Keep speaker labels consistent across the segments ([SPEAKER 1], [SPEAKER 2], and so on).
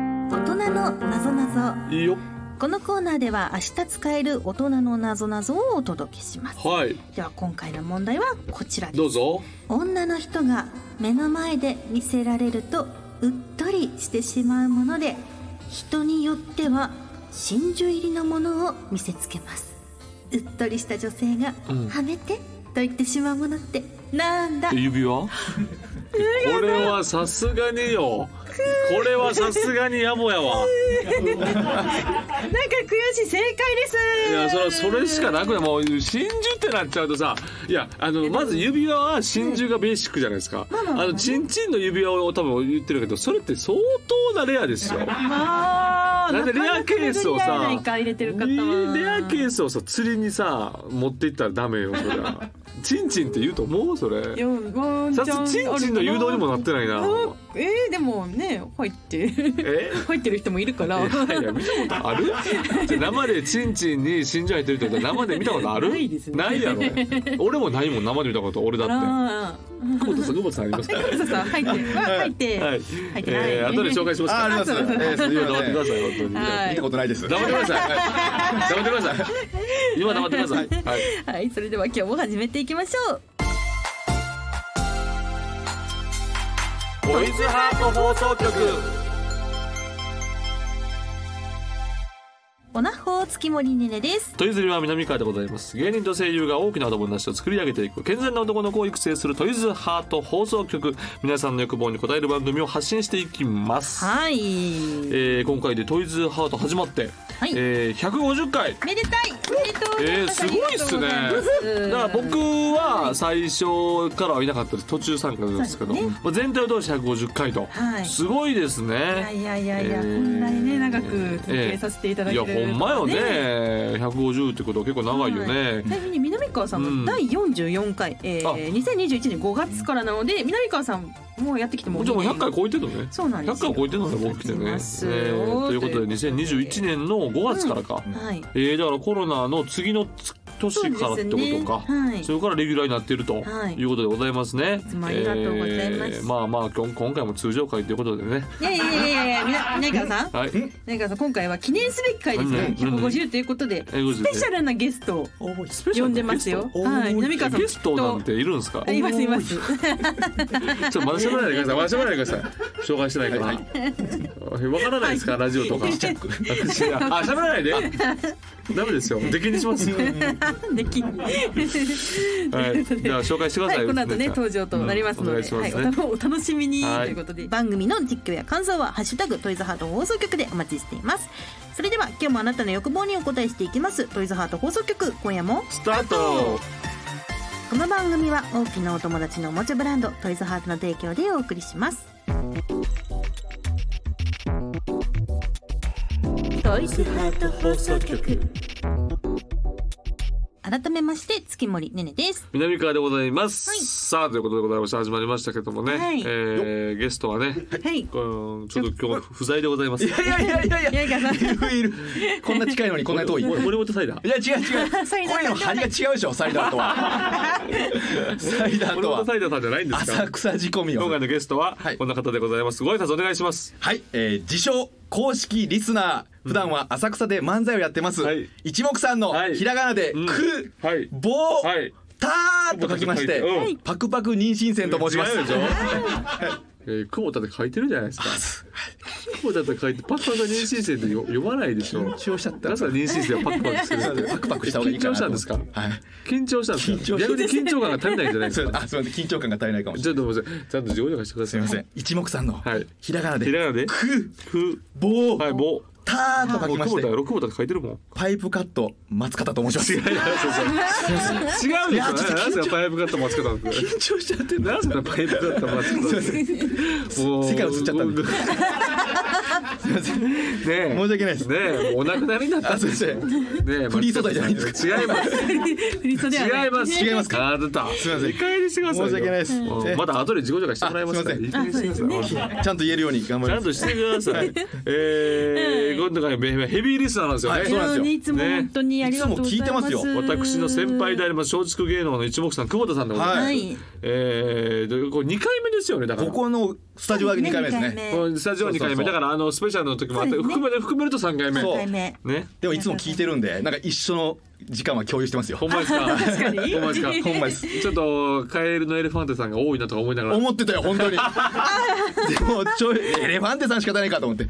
[SPEAKER 1] 人のなぞなぞ
[SPEAKER 2] いいよ
[SPEAKER 1] このコーナーでは明日使える大人のなぞなぞをお届けします
[SPEAKER 2] はい
[SPEAKER 1] では今回の問題はこちらです
[SPEAKER 2] どうぞ
[SPEAKER 1] 女の人が目の前で見せられるとうっとりしてしまうもので人によっては真珠入りのものを見せつけますうっとりした女性が
[SPEAKER 2] う
[SPEAKER 1] 「
[SPEAKER 2] ん
[SPEAKER 1] はめて」と言ってしまうものってなんだ、
[SPEAKER 2] 指輪 これはさすがによこれはさすがに野暮やわ
[SPEAKER 3] なんか悔しい正解です
[SPEAKER 2] いやそれはそれしかなくないもう真珠ってなっちゃうとさいやあのまず指輪は真珠がベーシックじゃないですか、
[SPEAKER 1] まあまあまあ
[SPEAKER 2] あのチンチンの指輪を多分言ってるけどそれって相当なレアですよ
[SPEAKER 3] あー
[SPEAKER 2] なんでレアケースをさ
[SPEAKER 3] なかなか巡り合えないか入れてる方は
[SPEAKER 2] レアケースをさ釣りにさ持っていったらダメよそれはチンチンって言うと思うそれ
[SPEAKER 3] よごんち
[SPEAKER 2] さ
[SPEAKER 3] ゃん
[SPEAKER 2] すチンチンの誘導にもなってないな
[SPEAKER 3] うんえー、でもね入って
[SPEAKER 2] え
[SPEAKER 3] 入ってる人もいるから
[SPEAKER 2] いやいや見たことあるじゃあ生でチンチンに真珠入ってるってことは生で見たことある
[SPEAKER 3] ないですね
[SPEAKER 2] ないやろ俺もないもん生で見たこと俺だって
[SPEAKER 3] あ
[SPEAKER 2] 久保田さん久保田さんありますか
[SPEAKER 3] ーそうそう入ってわ入って、
[SPEAKER 2] はい、
[SPEAKER 3] 入ってない
[SPEAKER 2] えー、後で紹介します
[SPEAKER 4] あ、あります。えーすいま
[SPEAKER 2] 黙って
[SPEAKER 4] せん
[SPEAKER 2] ください本当に、
[SPEAKER 3] はい
[SPEAKER 4] 見たことないです。
[SPEAKER 2] 黙ってください黙ってください今黙ってください、はい、
[SPEAKER 1] はいそれでは今日も始めていきましょう
[SPEAKER 2] ボイズハート放送局
[SPEAKER 1] おなほ月森ねねです
[SPEAKER 2] トイズリは南川でございます芸人と声優が大きな男の話を作り上げていく健全な男の子を育成するトイズハート放送局皆さんの欲望に応える番組を発信していきます、
[SPEAKER 1] はい、
[SPEAKER 2] えー今回でトイズハート始まって、
[SPEAKER 1] はい
[SPEAKER 2] えー150回
[SPEAKER 1] めでたいおめでとうございます、
[SPEAKER 2] えーすごいっすね
[SPEAKER 1] ありがとうございます
[SPEAKER 2] だから僕は最初からはいなかったです途中参加なんですけど、
[SPEAKER 1] そうです
[SPEAKER 2] まあ全体を通して150回と、
[SPEAKER 1] はい
[SPEAKER 2] すごいですね
[SPEAKER 1] いやいやいやいや、
[SPEAKER 2] え
[SPEAKER 3] こ
[SPEAKER 2] ー
[SPEAKER 3] んなにね長く続けさせていただ
[SPEAKER 2] い
[SPEAKER 3] け
[SPEAKER 2] や
[SPEAKER 3] る、
[SPEAKER 2] ほんまよね150ってことは結構長いよね、
[SPEAKER 3] ちなみに南川さん
[SPEAKER 2] うん
[SPEAKER 3] は第44回、え
[SPEAKER 2] あ
[SPEAKER 3] ー、2021年5月からなので南川さんもうやってきても
[SPEAKER 2] もちろん
[SPEAKER 3] 2年
[SPEAKER 2] 100回超えてるのね
[SPEAKER 3] そうなんです
[SPEAKER 2] 100
[SPEAKER 3] よ
[SPEAKER 2] 回超えてるのね僕来て
[SPEAKER 3] そう
[SPEAKER 2] ね、え
[SPEAKER 3] ですよ
[SPEAKER 2] ーということで2021年の5月からか、
[SPEAKER 3] はい
[SPEAKER 2] えーだからコロナの次の年からってことか
[SPEAKER 3] そうですねはい
[SPEAKER 2] それからレギュラーになっていると
[SPEAKER 3] はい
[SPEAKER 2] いうことでございますね。
[SPEAKER 3] いつもありがとうございます
[SPEAKER 2] えーまあまあ今今回も通常会ということでね。
[SPEAKER 3] いやいやいやいやいやみな南川さん
[SPEAKER 2] はい。
[SPEAKER 3] 南川さん今回は記念すべき回ですよ
[SPEAKER 2] うん
[SPEAKER 3] 150ということで
[SPEAKER 2] 英語
[SPEAKER 3] スペシャルなゲストを
[SPEAKER 2] スペ
[SPEAKER 3] 呼んでますよ
[SPEAKER 2] ゲスト
[SPEAKER 3] はい南川さん
[SPEAKER 2] ゲストなんているんですか。
[SPEAKER 3] いますいます
[SPEAKER 2] ちょっとまだ喋らないでください。まだ喋らないでください。紹介してないから。
[SPEAKER 4] は
[SPEAKER 2] はいいわからないですかラジオとか。
[SPEAKER 3] ちっちゃく
[SPEAKER 2] 私あ喋らないで。ダメですよ。出禁にします。はい。
[SPEAKER 3] で き
[SPEAKER 2] じゃあ紹介してくだ
[SPEAKER 3] は
[SPEAKER 2] さい
[SPEAKER 3] い、
[SPEAKER 2] よ。
[SPEAKER 3] この後ね登場となりますので、
[SPEAKER 2] うんお願いしますね
[SPEAKER 3] はい、お楽お楽しみにと
[SPEAKER 2] はい
[SPEAKER 3] いうことで、
[SPEAKER 1] 番組の実況や感想は「ハッシュタグトイズハート放送局」でお待ちしていますそれでは今日もあなたの欲望にお答えしていきますトイズハート放送局今夜も
[SPEAKER 2] スタート。
[SPEAKER 1] この番組は大きなお友達のおもちゃブランドトイズハートの提供でお送りしますトイズハート放送局改めまして月森ねねです
[SPEAKER 2] 南川でございます。さあということでございまして始まりましたけどもね、
[SPEAKER 3] はい
[SPEAKER 2] えーゲストはね、
[SPEAKER 3] はい
[SPEAKER 2] こうちょっと今日不在でございます。
[SPEAKER 4] いやいやいやいやいや。
[SPEAKER 3] 南川さん
[SPEAKER 4] いるいる。こんな近いのにこんな遠い。い
[SPEAKER 2] 森森本サイダー。
[SPEAKER 4] や違う違う。 声の張りが違うでしょ。サイダーとは。サイダー
[SPEAKER 2] 森
[SPEAKER 4] と
[SPEAKER 2] 本
[SPEAKER 4] は
[SPEAKER 2] サイダーさんじゃないんですか
[SPEAKER 4] 浅。草仕込み
[SPEAKER 2] 今
[SPEAKER 4] を
[SPEAKER 2] 回。のゲストは
[SPEAKER 4] はい
[SPEAKER 2] こんな方でございます。ご挨拶お願いします。
[SPEAKER 4] はい、えー、自称公式リスナー。普段は浅草で漫才をやってます。
[SPEAKER 2] はい
[SPEAKER 4] 一目散の
[SPEAKER 2] はい
[SPEAKER 4] ひらがなで、
[SPEAKER 2] うん
[SPEAKER 4] く、
[SPEAKER 2] はい
[SPEAKER 4] ぼ、
[SPEAKER 2] はい
[SPEAKER 4] たーと書きまして、
[SPEAKER 2] うん
[SPEAKER 4] パクパク妊娠線と申します。
[SPEAKER 2] 違うでしょ。えー、久保田って書いてるじゃないですか。久保田って書いてパッパが妊娠生ってよ読まないでしょ。緊
[SPEAKER 4] 張しちゃった
[SPEAKER 2] 皆さん妊娠生はパクパク してるんです
[SPEAKER 4] パ
[SPEAKER 2] け
[SPEAKER 4] ク
[SPEAKER 2] ど。
[SPEAKER 4] パクした方がいいかな
[SPEAKER 2] 緊張し
[SPEAKER 4] と
[SPEAKER 2] たんで
[SPEAKER 4] 思っ
[SPEAKER 2] す
[SPEAKER 4] て
[SPEAKER 2] か。
[SPEAKER 4] はい。
[SPEAKER 2] 緊張したんです
[SPEAKER 4] 緊張し
[SPEAKER 2] か。
[SPEAKER 4] た
[SPEAKER 2] 逆に緊張感が足りないんじゃないですす
[SPEAKER 4] いません
[SPEAKER 2] か。
[SPEAKER 4] あ、すみません、緊張感が足りないかもし
[SPEAKER 2] ち
[SPEAKER 4] れ
[SPEAKER 2] ょ
[SPEAKER 4] な
[SPEAKER 2] っとごめんなさい。ちゃんと自己紹介してくだ
[SPEAKER 4] い。
[SPEAKER 2] さ
[SPEAKER 4] す
[SPEAKER 2] い。
[SPEAKER 4] みません、一目散の
[SPEAKER 2] はい、
[SPEAKER 4] ひらがな
[SPEAKER 2] ひ
[SPEAKER 4] で、
[SPEAKER 2] らがなで。
[SPEAKER 4] く、
[SPEAKER 2] ふ
[SPEAKER 4] ぼ、
[SPEAKER 2] はい、ぼ。
[SPEAKER 4] たーと書
[SPEAKER 2] もう
[SPEAKER 4] きま
[SPEAKER 2] 久保
[SPEAKER 4] し
[SPEAKER 2] 田、
[SPEAKER 4] て、
[SPEAKER 2] 六久保田って書いてるもん。
[SPEAKER 4] パイプカット、松方と申します。
[SPEAKER 2] いやいやそうそう違う
[SPEAKER 4] い
[SPEAKER 2] でしょ。
[SPEAKER 4] やちょっと緊張
[SPEAKER 2] 何すかパイプカットもつけたん です
[SPEAKER 4] 緊張しちゃってん
[SPEAKER 2] 何すかパイプカットもつけたんですもう
[SPEAKER 4] 世界映っちゃったんで
[SPEAKER 2] ね
[SPEAKER 4] すみません。申し
[SPEAKER 2] え。
[SPEAKER 4] 訳ないです。
[SPEAKER 2] ねえ、もうお亡くなりになった
[SPEAKER 4] あ、すみません。
[SPEAKER 2] ねえ、
[SPEAKER 4] フリー素材じゃないんです
[SPEAKER 2] か。違います。
[SPEAKER 3] 振り袖はな
[SPEAKER 2] 違います。
[SPEAKER 4] 違いますか
[SPEAKER 2] あー、出た。す
[SPEAKER 4] みません
[SPEAKER 2] 理解にしてくださいよ。
[SPEAKER 4] 申し訳ないです
[SPEAKER 2] うん
[SPEAKER 4] え
[SPEAKER 2] まだ後で自己紹介してもらいますから。
[SPEAKER 4] あすい
[SPEAKER 2] いい加減にしてくださいうん
[SPEAKER 4] ちゃんと言えるように頑張
[SPEAKER 2] ち
[SPEAKER 4] り
[SPEAKER 2] ゃ
[SPEAKER 4] ま
[SPEAKER 2] ん
[SPEAKER 4] す。
[SPEAKER 2] としてください。えー、今度からヘビーリスナーなんですよね。
[SPEAKER 4] はいそうなんですよ
[SPEAKER 3] いつも本当にありがとうございます。
[SPEAKER 4] ねいつも聞いてますよ
[SPEAKER 2] 私の先輩であります松竹芸能の一目さん久保田さんでございます。
[SPEAKER 4] は
[SPEAKER 3] はいい。
[SPEAKER 2] えー、とこれ二回目ですよねだから。
[SPEAKER 4] ここのスタジオは2回目ですね
[SPEAKER 1] 二
[SPEAKER 2] もうスタジオは2回目
[SPEAKER 4] そうそうそ
[SPEAKER 2] だ
[SPEAKER 4] う
[SPEAKER 2] からあのスペシャルの時もあって、
[SPEAKER 1] そうですね
[SPEAKER 2] 含めて含めると3回目
[SPEAKER 1] 三
[SPEAKER 4] そう
[SPEAKER 1] 回目
[SPEAKER 2] ね
[SPEAKER 4] でもいつも聞いてるんでなんか一緒の時間は共有してますよ
[SPEAKER 2] ほんまですか確
[SPEAKER 3] か に
[SPEAKER 2] ほんまです か
[SPEAKER 4] ほんまです
[SPEAKER 2] ちょっとカエルのエレファンテさんが多いなとか思いながら
[SPEAKER 4] 思ってたよ本当にでもちょいエレファンテさん仕方ないかと思って、
[SPEAKER 2] エ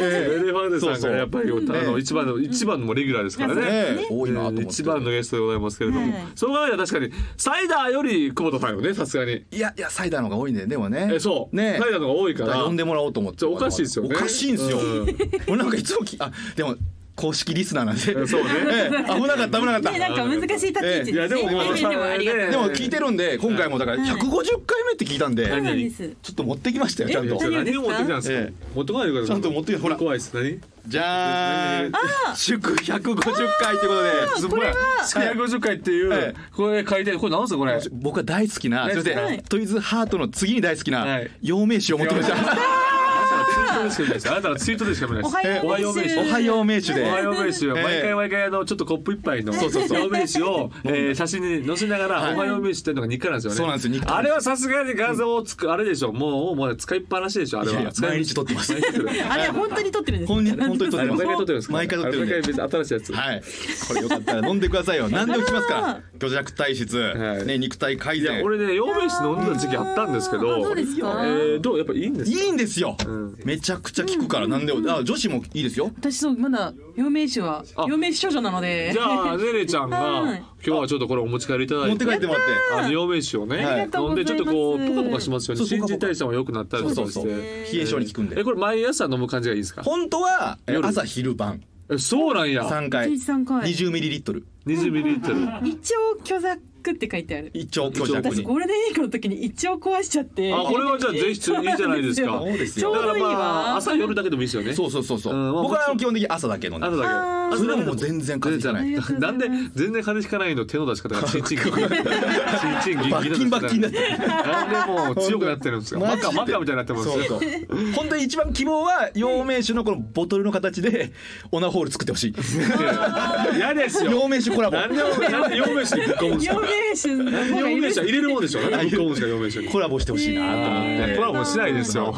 [SPEAKER 4] え
[SPEAKER 2] レファンテさんがやっぱりあの
[SPEAKER 4] ね
[SPEAKER 2] 一番の一番のもレギュラーですから
[SPEAKER 4] え
[SPEAKER 2] ね
[SPEAKER 4] ねえ多いなと思って
[SPEAKER 2] 一番のゲストでございますけれども、
[SPEAKER 1] はい
[SPEAKER 2] その場合は確かにサイダーより久保田さんよねさすがに
[SPEAKER 4] いやいやサイダーの方が多いんででもね
[SPEAKER 2] えそう、
[SPEAKER 4] ねえ
[SPEAKER 2] サイダーの方が多いから
[SPEAKER 4] 呼んでもらおうと思って
[SPEAKER 2] ちょおかしいですよね
[SPEAKER 4] おかしいんですよ、
[SPEAKER 2] うん
[SPEAKER 4] 俺なんかいつもきあでも公式リスナーなんで
[SPEAKER 2] そうね
[SPEAKER 4] ええ危なかった危なかった、
[SPEAKER 3] ねなんか難しい立ち位置
[SPEAKER 4] い
[SPEAKER 2] やでも
[SPEAKER 3] ね
[SPEAKER 2] まあ
[SPEAKER 3] 面々でもありがとう
[SPEAKER 4] でも聞いてるんで今回もだから150回目って聞いたんで、
[SPEAKER 2] はい
[SPEAKER 3] そうなんです。
[SPEAKER 4] ちょっと持ってきましたよちゃんと
[SPEAKER 2] じゃあ何を持ってきたんですか、
[SPEAKER 4] え
[SPEAKER 2] 持ってこないでください
[SPEAKER 4] ちゃんと持ってきたほら
[SPEAKER 2] 怖いです何
[SPEAKER 4] じゃーん祝150回ということです
[SPEAKER 2] ごい150回っていう、
[SPEAKER 4] はい
[SPEAKER 2] これ書いてこれ何すかこれ
[SPEAKER 4] 僕は大好きな
[SPEAKER 2] 大
[SPEAKER 4] そ
[SPEAKER 2] 好
[SPEAKER 4] れ
[SPEAKER 2] きな
[SPEAKER 4] でトイズハートの次に大好き
[SPEAKER 2] は
[SPEAKER 4] ない陽明酒を持ってきました
[SPEAKER 2] あなたのツイートでしか見ないですあなたのツイートでしか見ないです
[SPEAKER 4] お
[SPEAKER 3] はよう
[SPEAKER 2] おはよう名
[SPEAKER 3] 名
[SPEAKER 2] 刺
[SPEAKER 3] 刺
[SPEAKER 4] おはよう名酒
[SPEAKER 2] おはよう名刺は
[SPEAKER 4] でええ
[SPEAKER 2] 毎回毎回あのちょっとコップ一杯の
[SPEAKER 4] そうそうそう
[SPEAKER 2] お名刺を、えー写真に載せながらおはよう名刺っていうのが日課なんですよね。
[SPEAKER 4] そうなんですよ日課なん
[SPEAKER 2] あ
[SPEAKER 4] です
[SPEAKER 2] れはさすがに画像をつく、あれでしょもうもう使いっぱなしでしょあれ
[SPEAKER 4] いやいや
[SPEAKER 2] は。使い
[SPEAKER 4] 毎日撮ってます
[SPEAKER 2] 毎日撮ってる
[SPEAKER 3] あれは本当に撮ってるんです。
[SPEAKER 4] 本人本当に撮っ
[SPEAKER 2] あ
[SPEAKER 4] て
[SPEAKER 2] れ毎回撮ってるん
[SPEAKER 4] ま
[SPEAKER 2] です
[SPEAKER 4] す
[SPEAKER 2] か。
[SPEAKER 4] 毎回撮ってるん
[SPEAKER 2] あれ毎回
[SPEAKER 4] で
[SPEAKER 2] 別に新しいやつ。
[SPEAKER 4] はいこれよかったら飲んでくださいよ何でも来ますから虚弱体質
[SPEAKER 2] はい
[SPEAKER 4] ね肉体改
[SPEAKER 2] いや
[SPEAKER 4] 善
[SPEAKER 2] 俺ね陽明酒飲んでた時期あったんですけど。
[SPEAKER 3] あそうですか
[SPEAKER 2] えーどうやっぱいいんです
[SPEAKER 4] い
[SPEAKER 2] か。
[SPEAKER 4] いんですよ
[SPEAKER 2] ん
[SPEAKER 4] めちゃくちゃ効くから何でもあ女子もいいですよ
[SPEAKER 3] 私そうまだ陽明酒は
[SPEAKER 2] あ
[SPEAKER 3] 陽明酒少女なので。
[SPEAKER 2] じゃあゼレちゃんが
[SPEAKER 3] はい
[SPEAKER 2] 今日はちょっとこれお持ち帰りいただいて。
[SPEAKER 4] 持って帰ってもらって
[SPEAKER 2] あの陽明酒をね、
[SPEAKER 4] はい
[SPEAKER 2] 飲んでちょっとこうポカポカしますよね
[SPEAKER 4] そうそう
[SPEAKER 2] 新陳代謝も良くなったり
[SPEAKER 4] そ
[SPEAKER 2] と
[SPEAKER 4] うそ
[SPEAKER 2] か
[SPEAKER 4] う
[SPEAKER 2] し
[SPEAKER 4] そう
[SPEAKER 2] て
[SPEAKER 4] 冷え性に効くん
[SPEAKER 2] え
[SPEAKER 4] で
[SPEAKER 2] これ毎朝飲む感じがいいですか
[SPEAKER 4] 本当はえ
[SPEAKER 2] 夜
[SPEAKER 4] 朝昼晩
[SPEAKER 2] えそうなんや
[SPEAKER 4] 3回
[SPEAKER 3] 一日三回
[SPEAKER 4] 20ミリリットル
[SPEAKER 2] 20ミリリットル
[SPEAKER 3] 一応虚弱って書いてある。
[SPEAKER 4] 一応虚弱
[SPEAKER 3] 私
[SPEAKER 4] に
[SPEAKER 3] ゴールデンウィークの時に一応壊しちゃって。
[SPEAKER 2] あこれはじゃあぜひいいじゃないですか
[SPEAKER 3] そう
[SPEAKER 4] なんです
[SPEAKER 3] ちょ
[SPEAKER 4] よ
[SPEAKER 3] う
[SPEAKER 2] だから
[SPEAKER 3] どいい
[SPEAKER 2] まあ
[SPEAKER 3] わ。
[SPEAKER 2] 朝夜だけでもいいですよね
[SPEAKER 4] そうそうそうそう
[SPEAKER 2] うんまあ
[SPEAKER 4] 僕はあの基本的に朝だけ飲んで
[SPEAKER 2] 朝
[SPEAKER 4] ます
[SPEAKER 2] だけ
[SPEAKER 3] あー
[SPEAKER 2] 朝
[SPEAKER 4] それ
[SPEAKER 2] だ
[SPEAKER 4] で
[SPEAKER 2] け
[SPEAKER 4] ももう全然風邪ひかない
[SPEAKER 3] 全然風邪ひか
[SPEAKER 2] なんで全然風邪ひかないの手の出し方がチンチンギンギンチンチンギンギン
[SPEAKER 4] バッキンバッキンだ
[SPEAKER 2] っ
[SPEAKER 4] ってて
[SPEAKER 2] なんでもう強くなってるんですよマ
[SPEAKER 4] マジで
[SPEAKER 2] カマカみたいになってますよ
[SPEAKER 4] そうそう本当に一番希望は陽明酒のこのボトルの形でオナホール作って ほしい
[SPEAKER 2] 嫌ですよ
[SPEAKER 4] 陽明酒コラボ
[SPEAKER 2] なんでなんで陽明酒にぶっ込むんです
[SPEAKER 3] 陽
[SPEAKER 2] か
[SPEAKER 3] 明酒
[SPEAKER 2] 陽
[SPEAKER 3] の方がいい
[SPEAKER 2] 明
[SPEAKER 3] です
[SPEAKER 2] 酒は入れるもんでしょなんでぶっ込むんですか陽明酒に
[SPEAKER 4] コラボしてほしいなと思って
[SPEAKER 2] コラボしないですよ。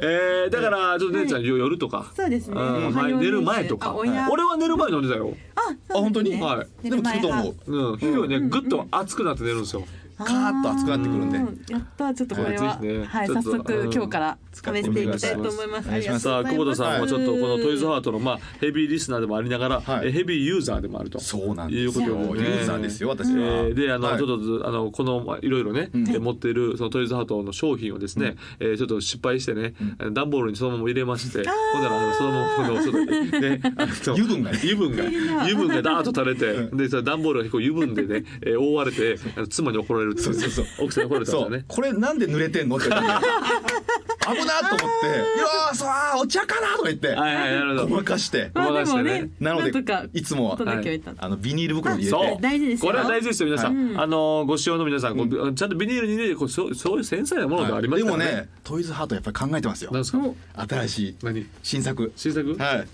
[SPEAKER 2] えー、だからちょっと姉ちゃん夜とか、
[SPEAKER 3] そうですね。
[SPEAKER 2] うん
[SPEAKER 3] おはよう
[SPEAKER 2] 寝る前とか
[SPEAKER 3] あおや
[SPEAKER 2] 俺は寝る前飲んでたよ。
[SPEAKER 4] あ本当に、
[SPEAKER 2] はい
[SPEAKER 4] でも効くと思う
[SPEAKER 2] うん、昼はねぐっと熱くなって寝るんですよ。
[SPEAKER 4] カーッと熱くなってくるんで
[SPEAKER 3] うんやったちょっとこれは、
[SPEAKER 2] はいぜひね
[SPEAKER 3] はい
[SPEAKER 2] ちょ
[SPEAKER 3] 早
[SPEAKER 2] っとう
[SPEAKER 3] 速
[SPEAKER 2] ん
[SPEAKER 3] 今日から
[SPEAKER 4] 使っ
[SPEAKER 3] 試
[SPEAKER 4] て
[SPEAKER 3] し
[SPEAKER 4] み
[SPEAKER 3] てい
[SPEAKER 4] てくだ
[SPEAKER 3] き
[SPEAKER 4] さ
[SPEAKER 3] た
[SPEAKER 4] い
[SPEAKER 3] いと思います。
[SPEAKER 4] お願いします
[SPEAKER 2] さあ久保田さんもちょっとこのトイズハ
[SPEAKER 3] ー
[SPEAKER 2] ートのまあヘビーリスナーでもありながら、
[SPEAKER 4] はい
[SPEAKER 2] えヘビーユーザーでもあると。
[SPEAKER 4] そうなんです
[SPEAKER 2] いう
[SPEAKER 4] よ
[SPEAKER 2] ことで
[SPEAKER 4] ユーザーですよ私
[SPEAKER 2] え
[SPEAKER 4] は、
[SPEAKER 2] ー、であの、
[SPEAKER 4] はい
[SPEAKER 2] ちょっとずあのこのまあいろいろね、えー持っているそのトイズハートの商品をですね、えーちょっと失敗してね、段ボールにそのまま入れまして、ほんならあのそのままのちょっと ね、あの
[SPEAKER 4] 油分がね
[SPEAKER 2] 油分が油分がダーッと垂れて、でその段ボールが結構油分でね、えー覆われてあの妻に怒られるっていう
[SPEAKER 4] そうそうそう
[SPEAKER 2] 奥さんに怒られたんだ
[SPEAKER 4] そ
[SPEAKER 2] よ
[SPEAKER 4] う
[SPEAKER 2] ね。
[SPEAKER 4] これなんで濡れてんのって 言ったら危なと思って「いやーそうあーお茶かな」とか言って
[SPEAKER 2] はいはいなるほ
[SPEAKER 4] ご
[SPEAKER 2] ど。
[SPEAKER 4] まかして
[SPEAKER 2] あ
[SPEAKER 3] まあでも
[SPEAKER 2] ごまかしてね
[SPEAKER 3] ね、
[SPEAKER 4] なので
[SPEAKER 3] んとか
[SPEAKER 4] いつもは
[SPEAKER 3] お届けをいた。
[SPEAKER 4] あのビニール袋に入
[SPEAKER 2] そ
[SPEAKER 4] れ
[SPEAKER 2] う
[SPEAKER 4] て
[SPEAKER 3] 大事ですよ
[SPEAKER 2] これは大事ですよ皆さん、あのご使用の皆さん、こうちゃんとビニールに入れてこうそうそういう繊細なものではありま
[SPEAKER 4] です
[SPEAKER 2] か
[SPEAKER 4] も
[SPEAKER 2] らね。
[SPEAKER 4] ねトイズハートやっぱり考えてますよ
[SPEAKER 2] なんですか。
[SPEAKER 4] 新しい
[SPEAKER 2] 何
[SPEAKER 4] 新作
[SPEAKER 2] 新作？
[SPEAKER 4] はい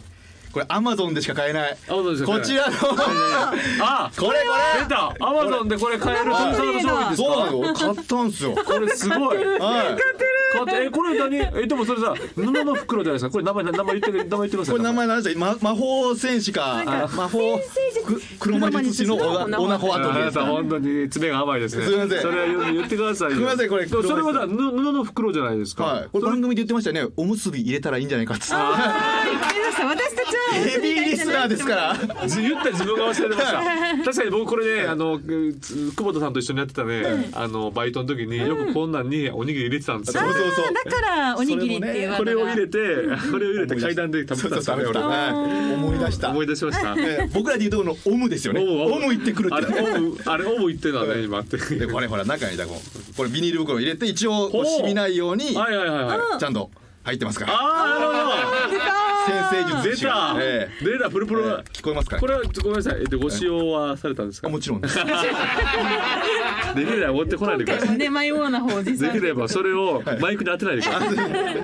[SPEAKER 4] これアマゾンでしか買えない
[SPEAKER 2] Amazon でしか買え
[SPEAKER 4] こ
[SPEAKER 2] ない
[SPEAKER 4] ちらの
[SPEAKER 2] あ、
[SPEAKER 4] これ
[SPEAKER 2] 出た。アマゾンでこれ買える
[SPEAKER 4] はい
[SPEAKER 2] トイズハートの商品ですか。
[SPEAKER 4] そうなの俺買ったんすよ
[SPEAKER 2] これすごい。
[SPEAKER 4] はい
[SPEAKER 2] 買ってえこれ何？えでもそれさ布の袋じゃないですか。これ名前名前言ってる名前言ってください。
[SPEAKER 4] これ名前何でしたま魔法戦士か
[SPEAKER 3] なん
[SPEAKER 4] 魔法く黒魔術師のオナオナホア
[SPEAKER 2] あ
[SPEAKER 4] トミ
[SPEAKER 2] な
[SPEAKER 4] ーです
[SPEAKER 2] た
[SPEAKER 4] か
[SPEAKER 2] 本当に爪が甘いですね。
[SPEAKER 4] すいません
[SPEAKER 2] それは言言ってくださいよ。
[SPEAKER 4] すいませんこれ
[SPEAKER 2] でもそれはさ布布の袋じゃないですか。
[SPEAKER 4] はいこれ番組で言ってましたよねおむすび入れたらいいんじゃないかっつって
[SPEAKER 3] あー言ってました。私たちは
[SPEAKER 4] ヘビーリスナーですから
[SPEAKER 2] 言った自分が忘れてました。確かに僕これね、あの、つ久保田さんと一緒にやってたね、あの、バイトの時によくこんなんにおにぎり入れてたんですよ
[SPEAKER 4] そ。うそうそう
[SPEAKER 3] だからおにぎりっていうワードが
[SPEAKER 2] これを入れて、これを入れて階段で食べてたんですよね、
[SPEAKER 4] そうそう食べた
[SPEAKER 2] 俺。
[SPEAKER 4] はい思い出した
[SPEAKER 2] 思い出しました。
[SPEAKER 4] ね僕らで言うとこのオムですよねオム行ってくる
[SPEAKER 2] あ
[SPEAKER 4] って
[SPEAKER 2] れ、オム、あれ、オム行ってたね、今って。
[SPEAKER 4] でこれほら中にだこうこれビニール袋入れて一応こう染みないように
[SPEAKER 2] はいはいはいはい。
[SPEAKER 4] ちゃんと入ってますから
[SPEAKER 2] ああ、な
[SPEAKER 4] 先生術
[SPEAKER 2] るほど。出
[SPEAKER 4] ですよ
[SPEAKER 2] た。
[SPEAKER 4] ええ
[SPEAKER 2] 出た、プルプル
[SPEAKER 4] ええ。聞こえますから
[SPEAKER 2] これは、ごめんなさい、えっと、ご使用はされたんですか
[SPEAKER 4] あ。もちろんです
[SPEAKER 2] できれば持ってこないでくだ
[SPEAKER 3] 今
[SPEAKER 2] さい
[SPEAKER 3] 回も。ね迷うな方で
[SPEAKER 2] できればそれをマイクに当てないでくださ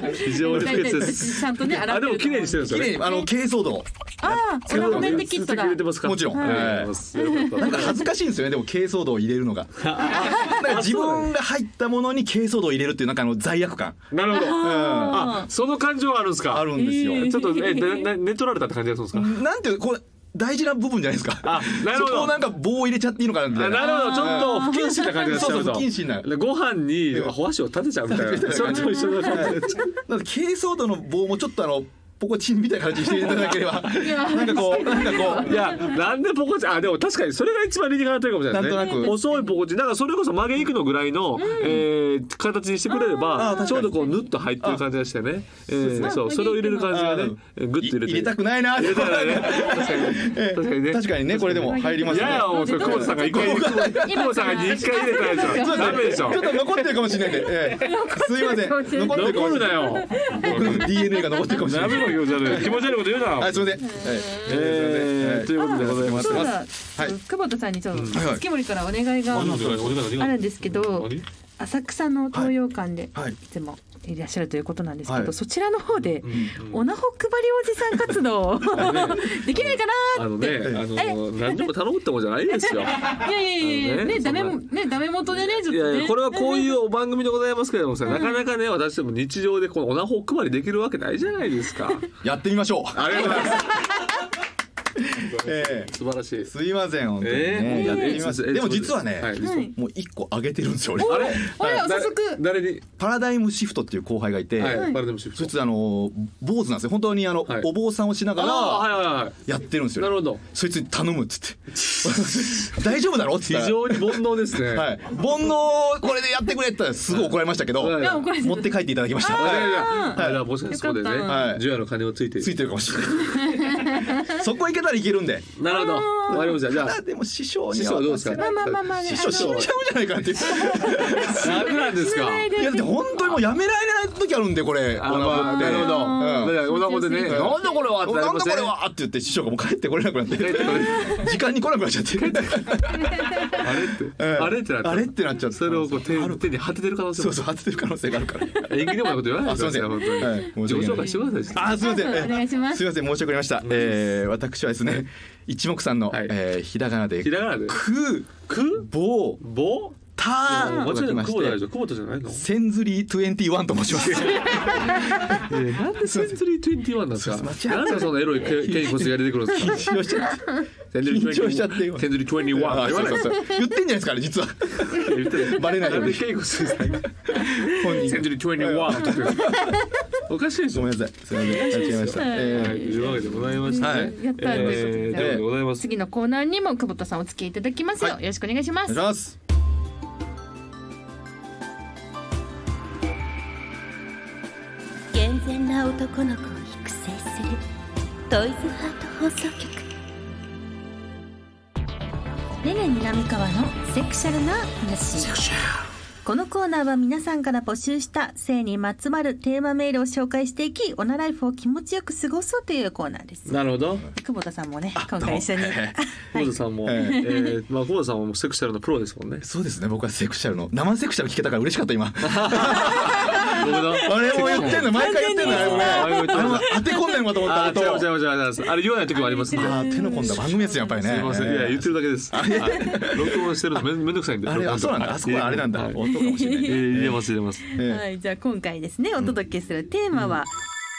[SPEAKER 2] い。非常に不潔です。
[SPEAKER 3] ちゃんとね洗
[SPEAKER 2] あ
[SPEAKER 3] って
[SPEAKER 2] で
[SPEAKER 3] ると思
[SPEAKER 2] も綺麗
[SPEAKER 3] う
[SPEAKER 2] にしてるんです
[SPEAKER 4] 綺
[SPEAKER 2] よ
[SPEAKER 4] 麗
[SPEAKER 2] ね。
[SPEAKER 4] にあの珪藻土
[SPEAKER 3] ああ、オラコメンテキットだ。
[SPEAKER 2] 作ってくれてますから
[SPEAKER 4] もちろん
[SPEAKER 2] はい
[SPEAKER 4] はい
[SPEAKER 2] ありがとうございます
[SPEAKER 4] なんか恥ずかしいんですよねでも軽装度を入れるのが なんか自分が入ったものに軽装度を入れるっていうなんかあの罪悪感
[SPEAKER 2] なるほど。あ、
[SPEAKER 4] あ
[SPEAKER 2] その感情があるんですか。
[SPEAKER 4] あるんですよ、
[SPEAKER 2] ちょっとえなな寝取られたって感じがするんですか。
[SPEAKER 4] なんていうこれ大事な部分じゃないですか
[SPEAKER 2] あなるほど
[SPEAKER 4] そこをなんか棒を入れちゃっていいのかなみた
[SPEAKER 2] あ
[SPEAKER 4] いな
[SPEAKER 2] なるほどちょっと不謹慎な感じがしちゃうと
[SPEAKER 4] そうそう不謹慎な
[SPEAKER 2] でご飯に
[SPEAKER 4] うん
[SPEAKER 2] お箸を立てちゃうみたいなそれと一緒の感じになっちゃう
[SPEAKER 4] なんか軽装度の棒もちょっとあのポコチンみたいな感じにしていただければなんかこうなんかこう
[SPEAKER 2] いやなんでポコチンあでも確かにそれが一番理にかなってるかもしれないですね
[SPEAKER 4] なんとなく
[SPEAKER 2] 細いポコチンだからそれこそ曲げいくのぐらいの、えー形にしてくれれ
[SPEAKER 4] あーあー
[SPEAKER 2] ば
[SPEAKER 4] 確かに
[SPEAKER 2] ちょうどこうぬっと入ってる感じがしてねえーそうそれを入れる感じがねえーグッと入れて
[SPEAKER 4] 入れたくないな
[SPEAKER 2] 入れたらね確かに
[SPEAKER 4] ええ
[SPEAKER 2] 確かにね
[SPEAKER 4] 確かにねこれでも入りま
[SPEAKER 2] い
[SPEAKER 4] すね
[SPEAKER 2] やいやもうそれ久保田さんが一回入れ久保田さんが一回入れたやつはダメでしょ
[SPEAKER 4] ちょっと残ってるかもしれないんで、ええすいません残ってるかもしれ
[SPEAKER 2] 残るな
[SPEAKER 4] ない
[SPEAKER 2] よ
[SPEAKER 4] 僕の DNA が残ってるかもしれな
[SPEAKER 2] ダ
[SPEAKER 4] い
[SPEAKER 2] メの気持ち悪い気持ち悪いこと言うな
[SPEAKER 4] はいすいません、はい
[SPEAKER 2] えーということでございます
[SPEAKER 3] そうだ、
[SPEAKER 4] い
[SPEAKER 3] 久保田さんにちょっと
[SPEAKER 4] はいはい
[SPEAKER 3] 月森からお願いがあるんですけど、浅草の東洋館で
[SPEAKER 4] はいはい
[SPEAKER 3] いつもいらっしゃるということなんですけ
[SPEAKER 4] は
[SPEAKER 3] ど、
[SPEAKER 4] い
[SPEAKER 3] そちらの方で
[SPEAKER 2] ん
[SPEAKER 3] おなほ配りおじさん活動を できないか
[SPEAKER 2] あのね、あの何でも頼むってもんじゃないですよ。い
[SPEAKER 3] な。いやいやい
[SPEAKER 2] あの
[SPEAKER 3] や
[SPEAKER 2] ね
[SPEAKER 3] ねダメ
[SPEAKER 2] そ
[SPEAKER 3] もねダメ元でねちょっと
[SPEAKER 2] やい
[SPEAKER 3] ね。
[SPEAKER 2] やこれはこういうお番組でございますけれどもさ、なかなかね私でも日常でこのオナホ配りできるわけないじゃないですか。
[SPEAKER 4] やってみましょう、
[SPEAKER 2] ありがとうございます。
[SPEAKER 4] ええ
[SPEAKER 2] 素晴らしい。
[SPEAKER 4] すいません本当にね、
[SPEAKER 2] ええ
[SPEAKER 4] やってみます
[SPEAKER 2] ええ
[SPEAKER 4] でも実はね、
[SPEAKER 2] はい
[SPEAKER 3] はい
[SPEAKER 4] もう一個上げてるんですよ俺
[SPEAKER 2] あれ
[SPEAKER 3] おや早速
[SPEAKER 2] 誰に、
[SPEAKER 4] パラダイムシフトっていう後輩がいて、
[SPEAKER 2] はい、バルデムシフ
[SPEAKER 4] そ
[SPEAKER 2] ト
[SPEAKER 4] い。つあの坊主なんですよ本当にあの、
[SPEAKER 2] はい
[SPEAKER 4] お坊さんをしなが
[SPEAKER 2] ああ
[SPEAKER 4] ら
[SPEAKER 2] はいはいはい。
[SPEAKER 4] やってるんですよ、
[SPEAKER 2] なるほど
[SPEAKER 4] そいつに頼むっつ って大丈夫だろって
[SPEAKER 2] 非
[SPEAKER 4] 言ったら
[SPEAKER 2] 常に煩悩ですね。
[SPEAKER 4] はい、煩悩をこれでやってくれって言ったらすぐ怒られましたけど、
[SPEAKER 2] はい
[SPEAKER 3] いや怒られて
[SPEAKER 4] 持って帰っていただきました、
[SPEAKER 2] いやい
[SPEAKER 4] は
[SPEAKER 2] や、あれはもしかしてそこでね、
[SPEAKER 3] よかった
[SPEAKER 4] はい
[SPEAKER 2] ジュアの金をついて
[SPEAKER 4] い、ついてるかもしれないそこ行けたらいけるんで
[SPEAKER 2] なるほど。わかりました。じゃあ
[SPEAKER 4] ただでも師匠に
[SPEAKER 2] 師
[SPEAKER 4] は
[SPEAKER 2] 匠はどうですか。
[SPEAKER 3] まあまあまあまあ。
[SPEAKER 4] 師匠死んじゃうんじゃないかなっていう
[SPEAKER 2] ダメなんですか。
[SPEAKER 4] いやだって本当にもうやめられない時あるんでこ れ
[SPEAKER 2] あ
[SPEAKER 4] お腹
[SPEAKER 2] まあ
[SPEAKER 4] って
[SPEAKER 2] なるほど。だからおなこでね、
[SPEAKER 3] うん
[SPEAKER 2] なんだこれはって
[SPEAKER 4] うん
[SPEAKER 2] なり
[SPEAKER 4] な
[SPEAKER 2] ま
[SPEAKER 4] んだ
[SPEAKER 2] すね
[SPEAKER 4] これはって言って師匠がもう帰ってこれなくなって
[SPEAKER 2] 帰ってこれ
[SPEAKER 4] 時間に来なくなっちゃって
[SPEAKER 2] あれって、
[SPEAKER 4] うん
[SPEAKER 2] あれってなって
[SPEAKER 4] あれってなっちゃった
[SPEAKER 2] それをこう手手に果ててる可能性
[SPEAKER 4] そ
[SPEAKER 2] も
[SPEAKER 4] うそう当ててる可能性があるから
[SPEAKER 2] 縁起でもないこと言わない
[SPEAKER 4] あ
[SPEAKER 2] です
[SPEAKER 4] いません
[SPEAKER 2] 本
[SPEAKER 4] はい
[SPEAKER 2] 当に
[SPEAKER 4] 申し
[SPEAKER 2] 自
[SPEAKER 4] 訳
[SPEAKER 2] 己
[SPEAKER 4] な
[SPEAKER 2] 紹介
[SPEAKER 4] い
[SPEAKER 2] してください
[SPEAKER 4] あすみません。え
[SPEAKER 3] お願いします
[SPEAKER 4] すみません申し訳ありました。えー、私はですね一目散の、
[SPEAKER 2] はい
[SPEAKER 4] えーひらがなで
[SPEAKER 2] ひらがなで
[SPEAKER 4] く
[SPEAKER 2] く
[SPEAKER 4] ぼう
[SPEAKER 2] ぼ
[SPEAKER 4] た
[SPEAKER 2] もちろ
[SPEAKER 4] き
[SPEAKER 2] ん
[SPEAKER 4] ま
[SPEAKER 2] 久
[SPEAKER 4] し
[SPEAKER 2] 保田でしてょ久保田じゃないの
[SPEAKER 4] センズリー21と申 します。
[SPEAKER 2] なんでセンズリー21なんですか
[SPEAKER 4] すいません
[SPEAKER 2] なんでそんなエロいケイコスが出てくるんですか
[SPEAKER 4] 緊張しちゃって。
[SPEAKER 2] センズリー21
[SPEAKER 4] 緊張しちゃって今
[SPEAKER 2] センズリー21って言わな
[SPEAKER 4] あ
[SPEAKER 2] い
[SPEAKER 4] そうそうそう言ってんじゃないですかあれ実は
[SPEAKER 2] 言ってない
[SPEAKER 4] バレないよ
[SPEAKER 2] な
[SPEAKER 4] うんに
[SPEAKER 2] でケイコスさん
[SPEAKER 4] 本人
[SPEAKER 2] センズ
[SPEAKER 4] が
[SPEAKER 2] リー21って言ってるおかしいでし
[SPEAKER 4] ご
[SPEAKER 2] ょ
[SPEAKER 4] めんなさいすみません間違えました。え
[SPEAKER 2] はい、と
[SPEAKER 4] ー
[SPEAKER 2] いうわけでございましたね。
[SPEAKER 4] はい
[SPEAKER 3] やった
[SPEAKER 2] えー、というわけでございます。
[SPEAKER 3] 次のコーナーにも久保田さんお付き合いいただきますよ。よろしくお願いしま
[SPEAKER 4] お願いし
[SPEAKER 3] す。
[SPEAKER 4] ます。
[SPEAKER 1] 健全な男の子を育成するトイズハート放送局ねね南川のセクシャルな話このコーナーは皆さんから募集した性にまつわるテーマメールを紹介していきオナライフを気持ちよく過ごそうというコーナーです
[SPEAKER 2] なるほど。
[SPEAKER 3] 久保田さんもね今回一緒に
[SPEAKER 4] どうもえ
[SPEAKER 2] 久保田さんも、
[SPEAKER 4] はい
[SPEAKER 2] えーまあ久保田さんはもうセクシャルのプロですもんね。
[SPEAKER 4] そうですね僕はセクシャルの生セクシャル聞けたから嬉しかっ た今。
[SPEAKER 2] なるほど。
[SPEAKER 4] あれも言ってんの毎回言ってんのあれもねあれも当て込んでるのかと思った
[SPEAKER 2] あー、
[SPEAKER 4] あと
[SPEAKER 2] 違う違う違う違う。あれ言わない時もありますね。
[SPEAKER 4] あー手の込んだ番組ですよやっぱりね
[SPEAKER 2] すいません。いや、言ってるだけです。はい録音してるのめんめんどくさいんで。
[SPEAKER 4] あれあそうなんだあそこはあれなんだ
[SPEAKER 2] はい
[SPEAKER 4] 音かもしれない
[SPEAKER 2] えー入れます入れます。
[SPEAKER 4] え
[SPEAKER 1] はいじゃあ今回ですねお届けするテーマは、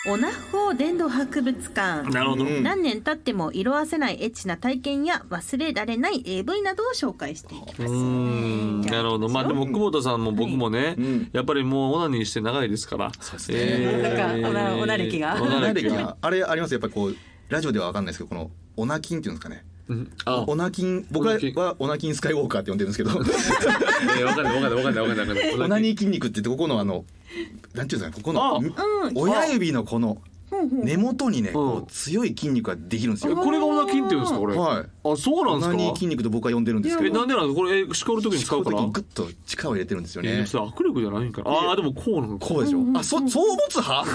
[SPEAKER 1] オナホー伝道博物館
[SPEAKER 2] なるほど。
[SPEAKER 4] うん
[SPEAKER 1] 何年経っても色褪せないエッチな体験や忘れられない AV などを紹介していきます。
[SPEAKER 2] うーんなるほどまあでも久保田さんも僕もね、
[SPEAKER 4] うん
[SPEAKER 2] やっぱりもうオナニーして長いですから
[SPEAKER 4] そうですね
[SPEAKER 3] なんかオナオナ歴が
[SPEAKER 2] オ
[SPEAKER 4] え
[SPEAKER 2] ナ
[SPEAKER 4] 何
[SPEAKER 2] 歴
[SPEAKER 4] 歴
[SPEAKER 2] が
[SPEAKER 4] があれありますやっぱりこうラジオではわかんないですけどこのオナキンっていうんですかね
[SPEAKER 2] うんあ
[SPEAKER 4] オナキン僕
[SPEAKER 2] オナキン
[SPEAKER 4] らはオナキンスカイウォーカーって呼んでるんで すけど
[SPEAKER 2] えーわかんないわかんないわかんないわかんないわかんない
[SPEAKER 4] オ ナニー筋肉って言ってここのあのなんていうんですかねここ
[SPEAKER 2] あ
[SPEAKER 4] のみ親指のこの根元にね
[SPEAKER 2] うん
[SPEAKER 4] こう強い筋肉ができるんですよ
[SPEAKER 2] これがオナキンって言うんですかこれ
[SPEAKER 4] はい
[SPEAKER 2] ああそうなん
[SPEAKER 4] 鼻に
[SPEAKER 2] です
[SPEAKER 4] 筋
[SPEAKER 2] か
[SPEAKER 4] 肉と僕は呼んでるんですけ
[SPEAKER 2] え
[SPEAKER 4] ど
[SPEAKER 2] なんでなんですかこれえ叱る時に使
[SPEAKER 4] 使
[SPEAKER 2] う
[SPEAKER 4] う
[SPEAKER 2] か
[SPEAKER 4] 時
[SPEAKER 2] ら
[SPEAKER 4] にグッと力を入れてるんですよ
[SPEAKER 2] え
[SPEAKER 4] ね
[SPEAKER 2] それ握力じゃないんかなああでもこうなのか
[SPEAKER 4] こうでしょあそそう持つ 派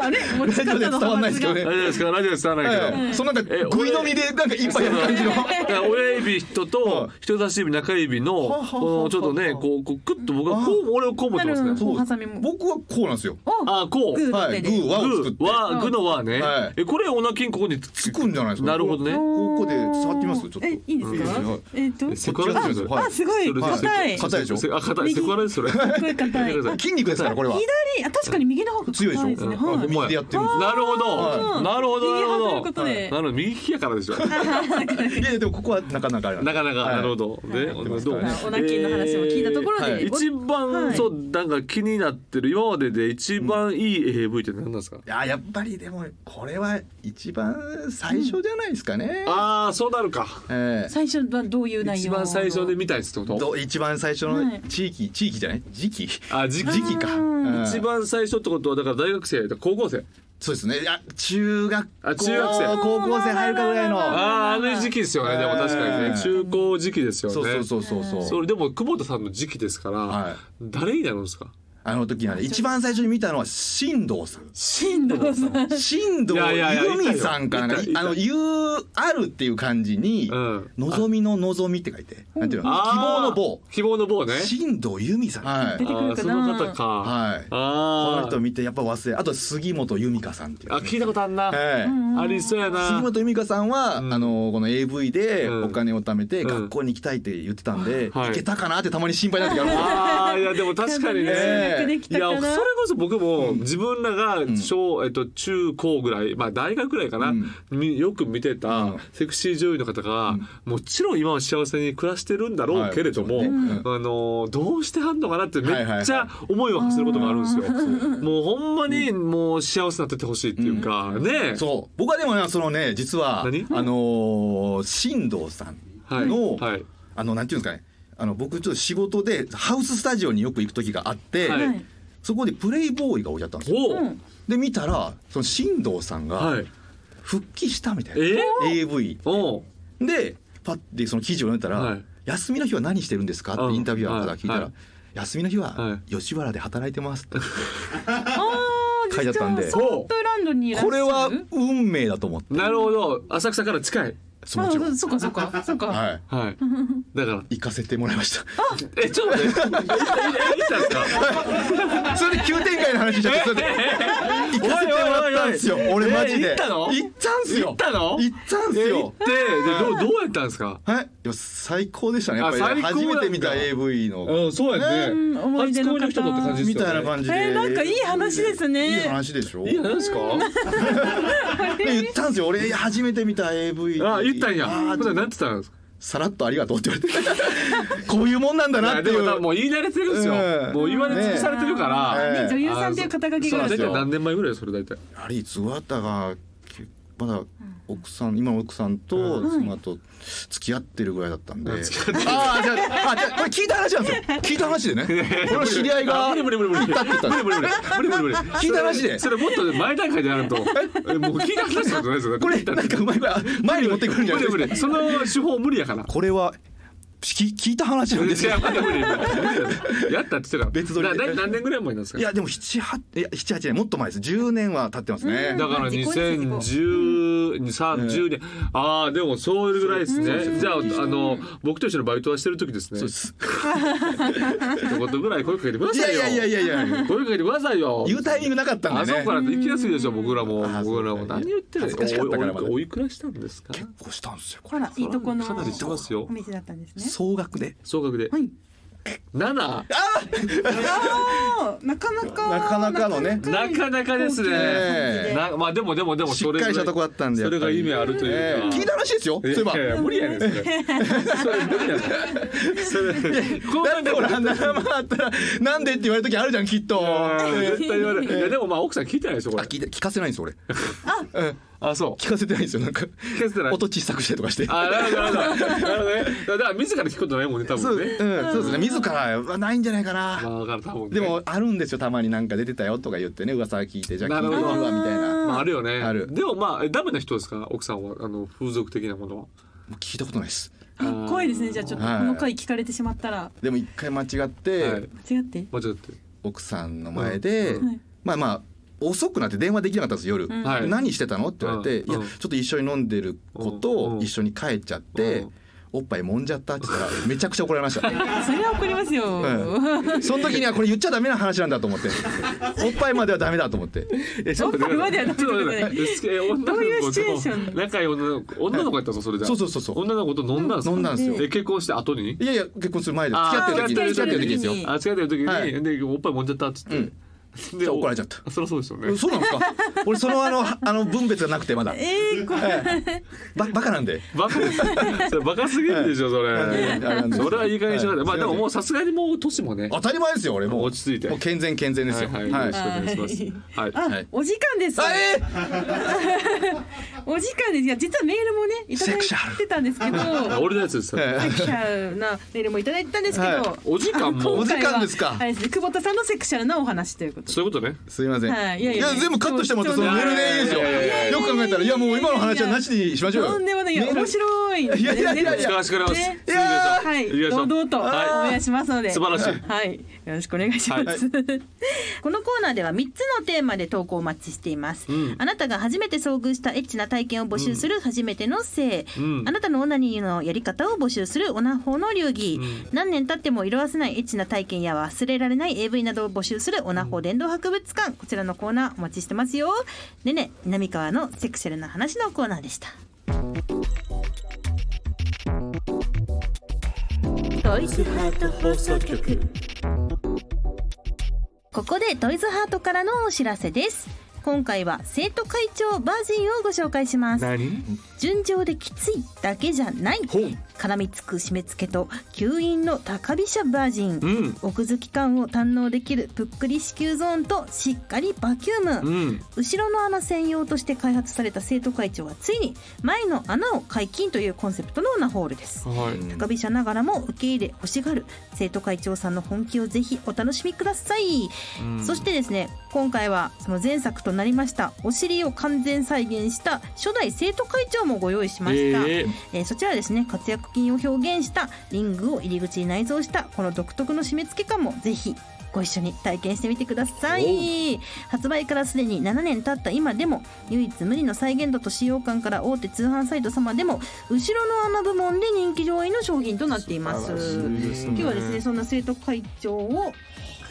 [SPEAKER 3] あれ持ち
[SPEAKER 4] 大丈夫で
[SPEAKER 3] 方
[SPEAKER 4] 伝
[SPEAKER 3] の
[SPEAKER 4] わんないですけど
[SPEAKER 2] 大
[SPEAKER 4] ね
[SPEAKER 2] 丈夫ですかラジオ伝わらないけど、
[SPEAKER 4] はいそのなんか
[SPEAKER 2] え
[SPEAKER 4] ぐい飲みでなんか一杯やる感じの
[SPEAKER 2] だから親指とと人差し指中指の
[SPEAKER 4] はあはあはあ
[SPEAKER 2] このちょっとねこうこうクッと僕はこう俺はこう持ってます
[SPEAKER 3] なるほ
[SPEAKER 2] ね。
[SPEAKER 3] ど
[SPEAKER 4] そう
[SPEAKER 3] おハサミも
[SPEAKER 4] 僕はこうなんですよ
[SPEAKER 2] あこう
[SPEAKER 3] グー
[SPEAKER 4] はいグー和を作っ
[SPEAKER 2] グ
[SPEAKER 4] て
[SPEAKER 2] はグの和ね
[SPEAKER 4] はい。
[SPEAKER 2] えこれお腹筋ここにつ
[SPEAKER 4] つくんじゃないですか
[SPEAKER 2] なるほどね
[SPEAKER 4] ここで触ってみますちょっと
[SPEAKER 3] えいいですか
[SPEAKER 4] いいですよ
[SPEAKER 3] えっと
[SPEAKER 2] セクハラですよそれ
[SPEAKER 4] はい
[SPEAKER 3] あすごい
[SPEAKER 2] それ
[SPEAKER 3] 硬い
[SPEAKER 4] 硬いでしょ
[SPEAKER 2] あ硬いセクハラですそれ。
[SPEAKER 3] すごい硬い
[SPEAKER 2] 見てくださ
[SPEAKER 4] 筋肉ですからこれは
[SPEAKER 3] 左あ確かに右の方が
[SPEAKER 4] 強いでし
[SPEAKER 3] 硬い
[SPEAKER 4] ょ
[SPEAKER 3] ですね
[SPEAKER 2] うん
[SPEAKER 3] は
[SPEAKER 2] あほん
[SPEAKER 3] い
[SPEAKER 2] まや
[SPEAKER 4] 右でやってるんです
[SPEAKER 2] なるほ
[SPEAKER 4] は
[SPEAKER 2] ど。
[SPEAKER 3] い
[SPEAKER 2] なるほどなる
[SPEAKER 3] 右
[SPEAKER 2] ほ
[SPEAKER 3] 挟むこ
[SPEAKER 2] ど。
[SPEAKER 3] と
[SPEAKER 2] な
[SPEAKER 3] で
[SPEAKER 2] るほど右利きやからでしょ。 ない
[SPEAKER 4] やいやでもここはなかなかあれなんで
[SPEAKER 2] かなか
[SPEAKER 4] はい
[SPEAKER 2] なるほど。ね
[SPEAKER 4] やってますからね
[SPEAKER 3] おなきの話も聞いたところ
[SPEAKER 4] えーは
[SPEAKER 3] で
[SPEAKER 4] い
[SPEAKER 2] 一
[SPEAKER 3] は
[SPEAKER 2] 番
[SPEAKER 3] い
[SPEAKER 2] そうなんか気になってる今までで一番いい AV って何なんですか。
[SPEAKER 4] いややっぱりでもこれは一番最初じゃないですかね、
[SPEAKER 2] ああそうなるか。
[SPEAKER 4] ええ
[SPEAKER 3] 最初はどういう内
[SPEAKER 2] 一
[SPEAKER 3] 容
[SPEAKER 2] 番最初で見たやつってこと
[SPEAKER 4] ど一番最初
[SPEAKER 3] はい
[SPEAKER 4] の地域、地域じゃない時期
[SPEAKER 2] あ時
[SPEAKER 4] 時期か、
[SPEAKER 3] うん
[SPEAKER 4] ええ
[SPEAKER 2] 一番最初ってことはだから大学生と高校生
[SPEAKER 4] そうですねいや中学
[SPEAKER 2] あ中学生
[SPEAKER 4] 高校生入るかぐらいの
[SPEAKER 2] あああの時期ですよねでも確かに
[SPEAKER 4] え
[SPEAKER 2] ね
[SPEAKER 4] ー
[SPEAKER 2] 中高時期ですよね
[SPEAKER 4] そうそうそうそうそう
[SPEAKER 2] それでも久保田さんの時期ですから、
[SPEAKER 4] はい
[SPEAKER 2] 誰になるんですか
[SPEAKER 4] あの時はね一番最初に見たのは新藤 さん
[SPEAKER 2] 新藤さん
[SPEAKER 4] 新藤
[SPEAKER 2] いやいやいや
[SPEAKER 4] 由美さんかなんか
[SPEAKER 2] いたいた
[SPEAKER 4] あの「ゆうある」っていう漢字に
[SPEAKER 2] うん
[SPEAKER 4] 「望みの望み」って書いてなんていうの希望の棒
[SPEAKER 2] 希望の棒ね
[SPEAKER 4] 新藤由美さんはい
[SPEAKER 3] 出て
[SPEAKER 2] あ
[SPEAKER 3] くる
[SPEAKER 2] ー
[SPEAKER 3] か
[SPEAKER 2] そ
[SPEAKER 3] な
[SPEAKER 2] の方か
[SPEAKER 4] はいこ
[SPEAKER 2] あ
[SPEAKER 4] の人見てやっぱ忘れあと杉本由美香さんっていう
[SPEAKER 2] ああ聞いたことあんな、
[SPEAKER 4] はい
[SPEAKER 2] ありそうやな
[SPEAKER 4] 杉本由美香さんは、
[SPEAKER 2] うん
[SPEAKER 4] あのこの AV で
[SPEAKER 2] うん
[SPEAKER 4] お金を貯めて
[SPEAKER 2] うん
[SPEAKER 4] 学校に行きたいって言ってたんで、
[SPEAKER 2] はい
[SPEAKER 4] 行けたかなってたまに心配になってきます
[SPEAKER 2] あーいやでも確かにね
[SPEAKER 4] え
[SPEAKER 3] 中学でき
[SPEAKER 2] い
[SPEAKER 3] た
[SPEAKER 2] や
[SPEAKER 3] か
[SPEAKER 2] そ
[SPEAKER 3] ら
[SPEAKER 2] れこそ僕も自分らが小、えっと、中高ぐらい、まあ、大学ぐらいかな、
[SPEAKER 4] うん
[SPEAKER 2] みよく見て
[SPEAKER 4] う
[SPEAKER 2] た
[SPEAKER 4] ん
[SPEAKER 2] セクシー女優の方が、もちろん今は幸せに暮らしてるんだろ
[SPEAKER 4] は
[SPEAKER 2] う
[SPEAKER 4] い
[SPEAKER 2] けれども、
[SPEAKER 4] もちろんね
[SPEAKER 2] あのーどうしてはんのかなってめ
[SPEAKER 4] はいはい
[SPEAKER 2] っちゃ思いを馳せることがあるんですよ。もうほんまにもう幸せになっててほしいっていうか、ね
[SPEAKER 4] そう僕はでもねそのね実はあの
[SPEAKER 2] 何
[SPEAKER 4] ー新藤さんの、
[SPEAKER 2] はいはい
[SPEAKER 4] あのなんていうんですかねあの僕ちょっと仕事でハウススタジオによく行く時があって、
[SPEAKER 2] はい
[SPEAKER 3] はい
[SPEAKER 4] そこでプレイボーイが置いてあったんですよ
[SPEAKER 2] おう
[SPEAKER 3] うん
[SPEAKER 4] で見たらその新藤さん
[SPEAKER 2] は
[SPEAKER 4] が
[SPEAKER 2] い
[SPEAKER 4] 復帰したみたいな、
[SPEAKER 2] え
[SPEAKER 4] AV
[SPEAKER 2] おう
[SPEAKER 4] でパッてその記事を読んだら、
[SPEAKER 2] はい
[SPEAKER 4] 休みの日は何してるんですか?」
[SPEAKER 2] う
[SPEAKER 4] っ
[SPEAKER 2] ん
[SPEAKER 4] てインタビュアーから聞いたら「
[SPEAKER 2] はい
[SPEAKER 4] 休みの日
[SPEAKER 2] は
[SPEAKER 4] は吉原で働いてます」って
[SPEAKER 3] あー
[SPEAKER 4] 書いてあったんで
[SPEAKER 3] じゃあソープランドにいらっしゃ
[SPEAKER 4] こ
[SPEAKER 3] る
[SPEAKER 4] れは運命だと思って
[SPEAKER 2] なるほど浅草から近い。
[SPEAKER 4] そうもちろ
[SPEAKER 3] あ
[SPEAKER 4] ん、
[SPEAKER 3] そうかそうかそうか
[SPEAKER 4] はい、
[SPEAKER 2] はい、だから
[SPEAKER 4] 行かせてもらいました
[SPEAKER 2] えちょっと待ってええ行ったんですか
[SPEAKER 4] それで急展開の話しちゃってそれで行かせてもらったんですよ
[SPEAKER 2] おいおいおいおい
[SPEAKER 4] 俺マジで
[SPEAKER 2] え行ったの
[SPEAKER 4] 行ったんすよ
[SPEAKER 2] 行ったの
[SPEAKER 4] 行ったんす
[SPEAKER 2] え行
[SPEAKER 4] よ
[SPEAKER 2] ってでどうどうやったんですか
[SPEAKER 4] はい、いや最高でしたねやっぱ
[SPEAKER 2] あ
[SPEAKER 4] り、ね、
[SPEAKER 2] 最高
[SPEAKER 4] 初
[SPEAKER 2] なんだ
[SPEAKER 4] めて見た AV の
[SPEAKER 2] うんそうやね
[SPEAKER 3] うん思い出の方
[SPEAKER 2] 初恋の人とって感じで
[SPEAKER 4] み
[SPEAKER 2] すよね
[SPEAKER 4] たいな感じで、
[SPEAKER 3] えーなんかいい話ですね
[SPEAKER 4] いい話でしょ
[SPEAKER 2] いいやなんですか
[SPEAKER 4] で言ったんですよ俺初めて見た AV
[SPEAKER 2] あ言ったん
[SPEAKER 4] あ
[SPEAKER 2] や
[SPEAKER 4] ー
[SPEAKER 2] ほんならなんて言ったんですか
[SPEAKER 4] さらっとありがとうって言われて こういうもんなんだ
[SPEAKER 2] い
[SPEAKER 4] な
[SPEAKER 2] や
[SPEAKER 4] っ
[SPEAKER 2] で
[SPEAKER 4] てい
[SPEAKER 2] も
[SPEAKER 4] う
[SPEAKER 2] 多分もう言い慣れてるんですよ、
[SPEAKER 4] うん
[SPEAKER 2] もう言われ尽くされてるから、
[SPEAKER 4] ねえ
[SPEAKER 3] ね女優さんという肩書き
[SPEAKER 4] そう
[SPEAKER 3] が
[SPEAKER 4] なん
[SPEAKER 2] 大
[SPEAKER 4] です
[SPEAKER 2] 体
[SPEAKER 4] よ
[SPEAKER 2] 何年前ぐらいそれ大体
[SPEAKER 4] やはりいつわたがきまだ奥さん今の奥さんと
[SPEAKER 3] うん
[SPEAKER 4] その後付き合ってるぐらいだったんで、
[SPEAKER 2] うん付き合
[SPEAKER 4] ああじゃああじゃあこれ聞いた話なんですよ聞いた話でねこの知り合いが
[SPEAKER 2] 無理無理無理無理無理
[SPEAKER 4] 行ったって言ったん
[SPEAKER 2] 無
[SPEAKER 4] で
[SPEAKER 2] 理無理無理無理無理
[SPEAKER 4] 聞いた話で
[SPEAKER 2] それそれもっと前段階でやるとえもう聞いた話なんじゃないですよ
[SPEAKER 4] これなんかうまい具合前に持ってくるんじゃ
[SPEAKER 2] 無
[SPEAKER 4] ない
[SPEAKER 2] 理無
[SPEAKER 4] ですか
[SPEAKER 2] 理その手法無理やから
[SPEAKER 4] これは聞聞いた話なんです
[SPEAKER 2] い
[SPEAKER 4] よ
[SPEAKER 2] や無理無理無理やったって言ってたから
[SPEAKER 4] 別撮りで
[SPEAKER 2] なな何年ぐらい前なんですか
[SPEAKER 4] いやでも七八いや七八年もっと前です10年は経ってますね
[SPEAKER 2] だから2010、30年、ああでもそれぐらいですね。じゃああの僕と一緒のバイトはしてる時ですね。
[SPEAKER 4] そうで
[SPEAKER 2] っ
[SPEAKER 4] す
[SPEAKER 2] てことぐらい声かけてくだ
[SPEAKER 4] い
[SPEAKER 2] さ
[SPEAKER 4] や
[SPEAKER 2] い
[SPEAKER 4] い
[SPEAKER 2] よ。
[SPEAKER 4] やいやいやいや
[SPEAKER 2] 声かけてくださいよ。
[SPEAKER 4] 言うタイミングなかったん
[SPEAKER 2] あ
[SPEAKER 4] で
[SPEAKER 2] そ
[SPEAKER 4] ね
[SPEAKER 2] こから行きやすいでしょ僕らも
[SPEAKER 4] あそう
[SPEAKER 2] 僕らも何言ってるん
[SPEAKER 4] 恥ずかしかったからまだ
[SPEAKER 2] おいくらしたんですか。
[SPEAKER 4] 結構したんですよこ
[SPEAKER 3] ほ
[SPEAKER 4] れ
[SPEAKER 3] らいいとこの
[SPEAKER 2] かなりしてますよ
[SPEAKER 3] お。店だったんですね
[SPEAKER 4] 総額で
[SPEAKER 2] 総額で
[SPEAKER 3] はい
[SPEAKER 2] 七。
[SPEAKER 3] あーなかなか
[SPEAKER 4] なかなかのね
[SPEAKER 2] なかなかですね。
[SPEAKER 4] ええ
[SPEAKER 2] なまあでもでもでも
[SPEAKER 4] し
[SPEAKER 2] そ
[SPEAKER 4] っ
[SPEAKER 2] れ
[SPEAKER 4] かりしたとこだったんで
[SPEAKER 2] それが意味あると
[SPEAKER 4] え
[SPEAKER 2] いう
[SPEAKER 4] え
[SPEAKER 2] か。
[SPEAKER 4] 聞いた話ですよそういえば
[SPEAKER 2] やや無理や ねんそれ。それ無 理やねん。それ。こん
[SPEAKER 4] だ
[SPEAKER 2] な
[SPEAKER 4] っ
[SPEAKER 2] んで
[SPEAKER 4] てほら7万あったらなんでって言われる時あるじゃんきっと
[SPEAKER 2] 絶対言われる。いやでもまあ奥さん聞いてないでしょこ
[SPEAKER 4] あ
[SPEAKER 2] れ。
[SPEAKER 4] 聞いて聞かせないんですよ俺
[SPEAKER 2] あそう。
[SPEAKER 4] 聞かせてないんですよなんか
[SPEAKER 2] 聞かせてない
[SPEAKER 4] 音小さくしたりとかして
[SPEAKER 2] あなるほどなるほど。なるほどね。だから自ら聞くことないもんね多
[SPEAKER 4] そう,、
[SPEAKER 2] 分ね。
[SPEAKER 4] うん、そうですね自らはないんじゃないかな、
[SPEAKER 2] まあだから多分ね。
[SPEAKER 4] でもあるんですよたまになんか出てたよとか言ってね噂聞いてじゃあ
[SPEAKER 2] な
[SPEAKER 4] 聞
[SPEAKER 2] るほ
[SPEAKER 4] いて
[SPEAKER 2] ど
[SPEAKER 4] みるわみたいな
[SPEAKER 2] まああるよね。
[SPEAKER 4] ある
[SPEAKER 2] でもまあえダメな人ですか奥さんはあの風俗的なものは。
[SPEAKER 4] もう聞いたことないです
[SPEAKER 5] 怖いですねじゃあちょっとこ
[SPEAKER 4] はい
[SPEAKER 5] の回聞かれてしまったら
[SPEAKER 4] でも一回間違って、
[SPEAKER 2] はい
[SPEAKER 5] 間違って
[SPEAKER 2] 間違って
[SPEAKER 4] 奥さんの前で、
[SPEAKER 5] んはい
[SPEAKER 4] まあまあ遅くなって電話できなかったんです夜、
[SPEAKER 5] ん
[SPEAKER 2] はい
[SPEAKER 4] 何してたのって言われて、
[SPEAKER 2] うん
[SPEAKER 4] いや
[SPEAKER 2] うん
[SPEAKER 4] ちょっと一緒に飲んでる子
[SPEAKER 2] うん
[SPEAKER 4] と
[SPEAKER 2] うん
[SPEAKER 4] 一緒に帰っちゃって、
[SPEAKER 2] うん
[SPEAKER 4] おっぱい揉んじゃったって言ったらめちゃくちゃ怒られまし た、
[SPEAKER 5] あそれは怒りますよ、
[SPEAKER 4] うん、その時にはこれ言っちゃダメな話なんだと 思っておっぱいまではダメだと思って
[SPEAKER 2] えちょっと待って
[SPEAKER 5] おっぱいまではダメ
[SPEAKER 2] ちょっと待ってえ女の子と
[SPEAKER 5] どういうシチュエーション
[SPEAKER 2] 仲良い女の子女の子やったのそれじゃ
[SPEAKER 4] そうそうそうそう
[SPEAKER 2] 女の子と飲んだんですか
[SPEAKER 4] 飲んだんですよ
[SPEAKER 2] え結婚して後に
[SPEAKER 4] いやいや結婚する前で
[SPEAKER 2] あ
[SPEAKER 4] 付き合
[SPEAKER 2] ー
[SPEAKER 4] ってる時に
[SPEAKER 2] 付
[SPEAKER 4] 付
[SPEAKER 2] き
[SPEAKER 4] き
[SPEAKER 2] 合
[SPEAKER 4] 合
[SPEAKER 5] う
[SPEAKER 2] っる時に
[SPEAKER 4] っててる時ですよ
[SPEAKER 5] ん
[SPEAKER 2] あ付き合ってる時に、
[SPEAKER 4] はい
[SPEAKER 2] でおっぱい揉んじゃったっつって、
[SPEAKER 4] うん
[SPEAKER 2] で
[SPEAKER 4] そう怒られちゃった
[SPEAKER 2] そりゃそうですよね
[SPEAKER 4] そうなんですか俺そのあのあの分別がなくてまだ、
[SPEAKER 5] えー、怖い
[SPEAKER 4] はいババカなんで
[SPEAKER 2] バカ それバカすぎるでしょそれ、
[SPEAKER 4] はいはい
[SPEAKER 2] それはいい加減にしなかった、
[SPEAKER 4] はい
[SPEAKER 2] まあでももうさすがにもう年もね
[SPEAKER 4] 当たり前ですよ俺もう
[SPEAKER 2] 落ち着いて
[SPEAKER 4] もう健全健全ですよ
[SPEAKER 2] は
[SPEAKER 4] はいい、
[SPEAKER 2] はい、
[SPEAKER 4] あ
[SPEAKER 2] よろしくお願いしますはい、
[SPEAKER 5] あ、
[SPEAKER 4] はい
[SPEAKER 5] お時間です、
[SPEAKER 4] えー
[SPEAKER 5] お時間ですいや実はメールもねいただいてたんです けど
[SPEAKER 2] あ俺のやつです、
[SPEAKER 4] えー
[SPEAKER 5] セクシャルなメールもいただいてたんですけど、
[SPEAKER 4] はい
[SPEAKER 2] お時間も
[SPEAKER 5] あ今回は
[SPEAKER 4] お時間ですか
[SPEAKER 5] あれですね久保田さんのセクシャルなお話ということ
[SPEAKER 2] そういうことね
[SPEAKER 4] すみません。
[SPEAKER 5] はいい
[SPEAKER 4] い
[SPEAKER 5] や
[SPEAKER 4] や
[SPEAKER 5] いや
[SPEAKER 4] 全部カットしてもらってそのメールでいいですよ。
[SPEAKER 2] いやいやいや
[SPEAKER 4] よく考えたらいやもう今の話はなしにしましょうよ。
[SPEAKER 5] とんでもないいや
[SPEAKER 4] メール
[SPEAKER 5] 面白いんですね
[SPEAKER 4] いやいやいやいや
[SPEAKER 2] 力力です
[SPEAKER 5] ね
[SPEAKER 2] いやー
[SPEAKER 5] はい
[SPEAKER 2] 行きましょう
[SPEAKER 5] 堂々とお
[SPEAKER 2] はい
[SPEAKER 5] 願いしますので
[SPEAKER 2] 素晴らしい
[SPEAKER 5] はいよろしくお願いします、
[SPEAKER 2] はい
[SPEAKER 1] このコーナーでは3つのテーマで投稿をお待ちしています、
[SPEAKER 2] うん
[SPEAKER 1] あなたが初めて遭遇したエッチな体験を募集する初めての性、
[SPEAKER 2] うん
[SPEAKER 1] あなたのオナニーのやり方を募集するオナホの流儀、
[SPEAKER 2] うん
[SPEAKER 1] 何年経っても色褪せないエッチな体験や忘れられない AV などを募集するオナホ伝道博物館こちらのコーナーお待ちしてますよねね南川のセクシャルな話のコーナーでしたトイズハート放送局ここでトイズハートからのお知らせです今回は生徒会長バージンをご紹介します
[SPEAKER 2] 何
[SPEAKER 1] 純情できついだけじゃない絡みつく締め付けと吸引の高飛車バージン
[SPEAKER 2] うん
[SPEAKER 1] 奥付き感を堪能できるぷっくり子宮ゾーンとしっかりバキューム、
[SPEAKER 2] うん
[SPEAKER 1] 後ろの穴専用として開発された生徒会長はついに前の穴を解禁というコンセプトのオナホールです
[SPEAKER 2] はい
[SPEAKER 1] 高飛車ながらも受け入れ欲しがる生徒会長さんの本気をぜひお楽しみください、
[SPEAKER 2] うん
[SPEAKER 1] そしてですね今回はその前作となりましたお尻を完全再現した初代生徒会長もご用意しました、
[SPEAKER 2] えー
[SPEAKER 1] えーそちらはですね活躍筋を表現したリングを入り口に内蔵したこの独特の締め付け感もぜひご一緒に体験してみてください発売からすでに7年経った今でも唯一無二の再現度と使用感から大手通販サイト様でも後ろの穴部門で人気上位の商品となっています今日はですねそんな生徒会長を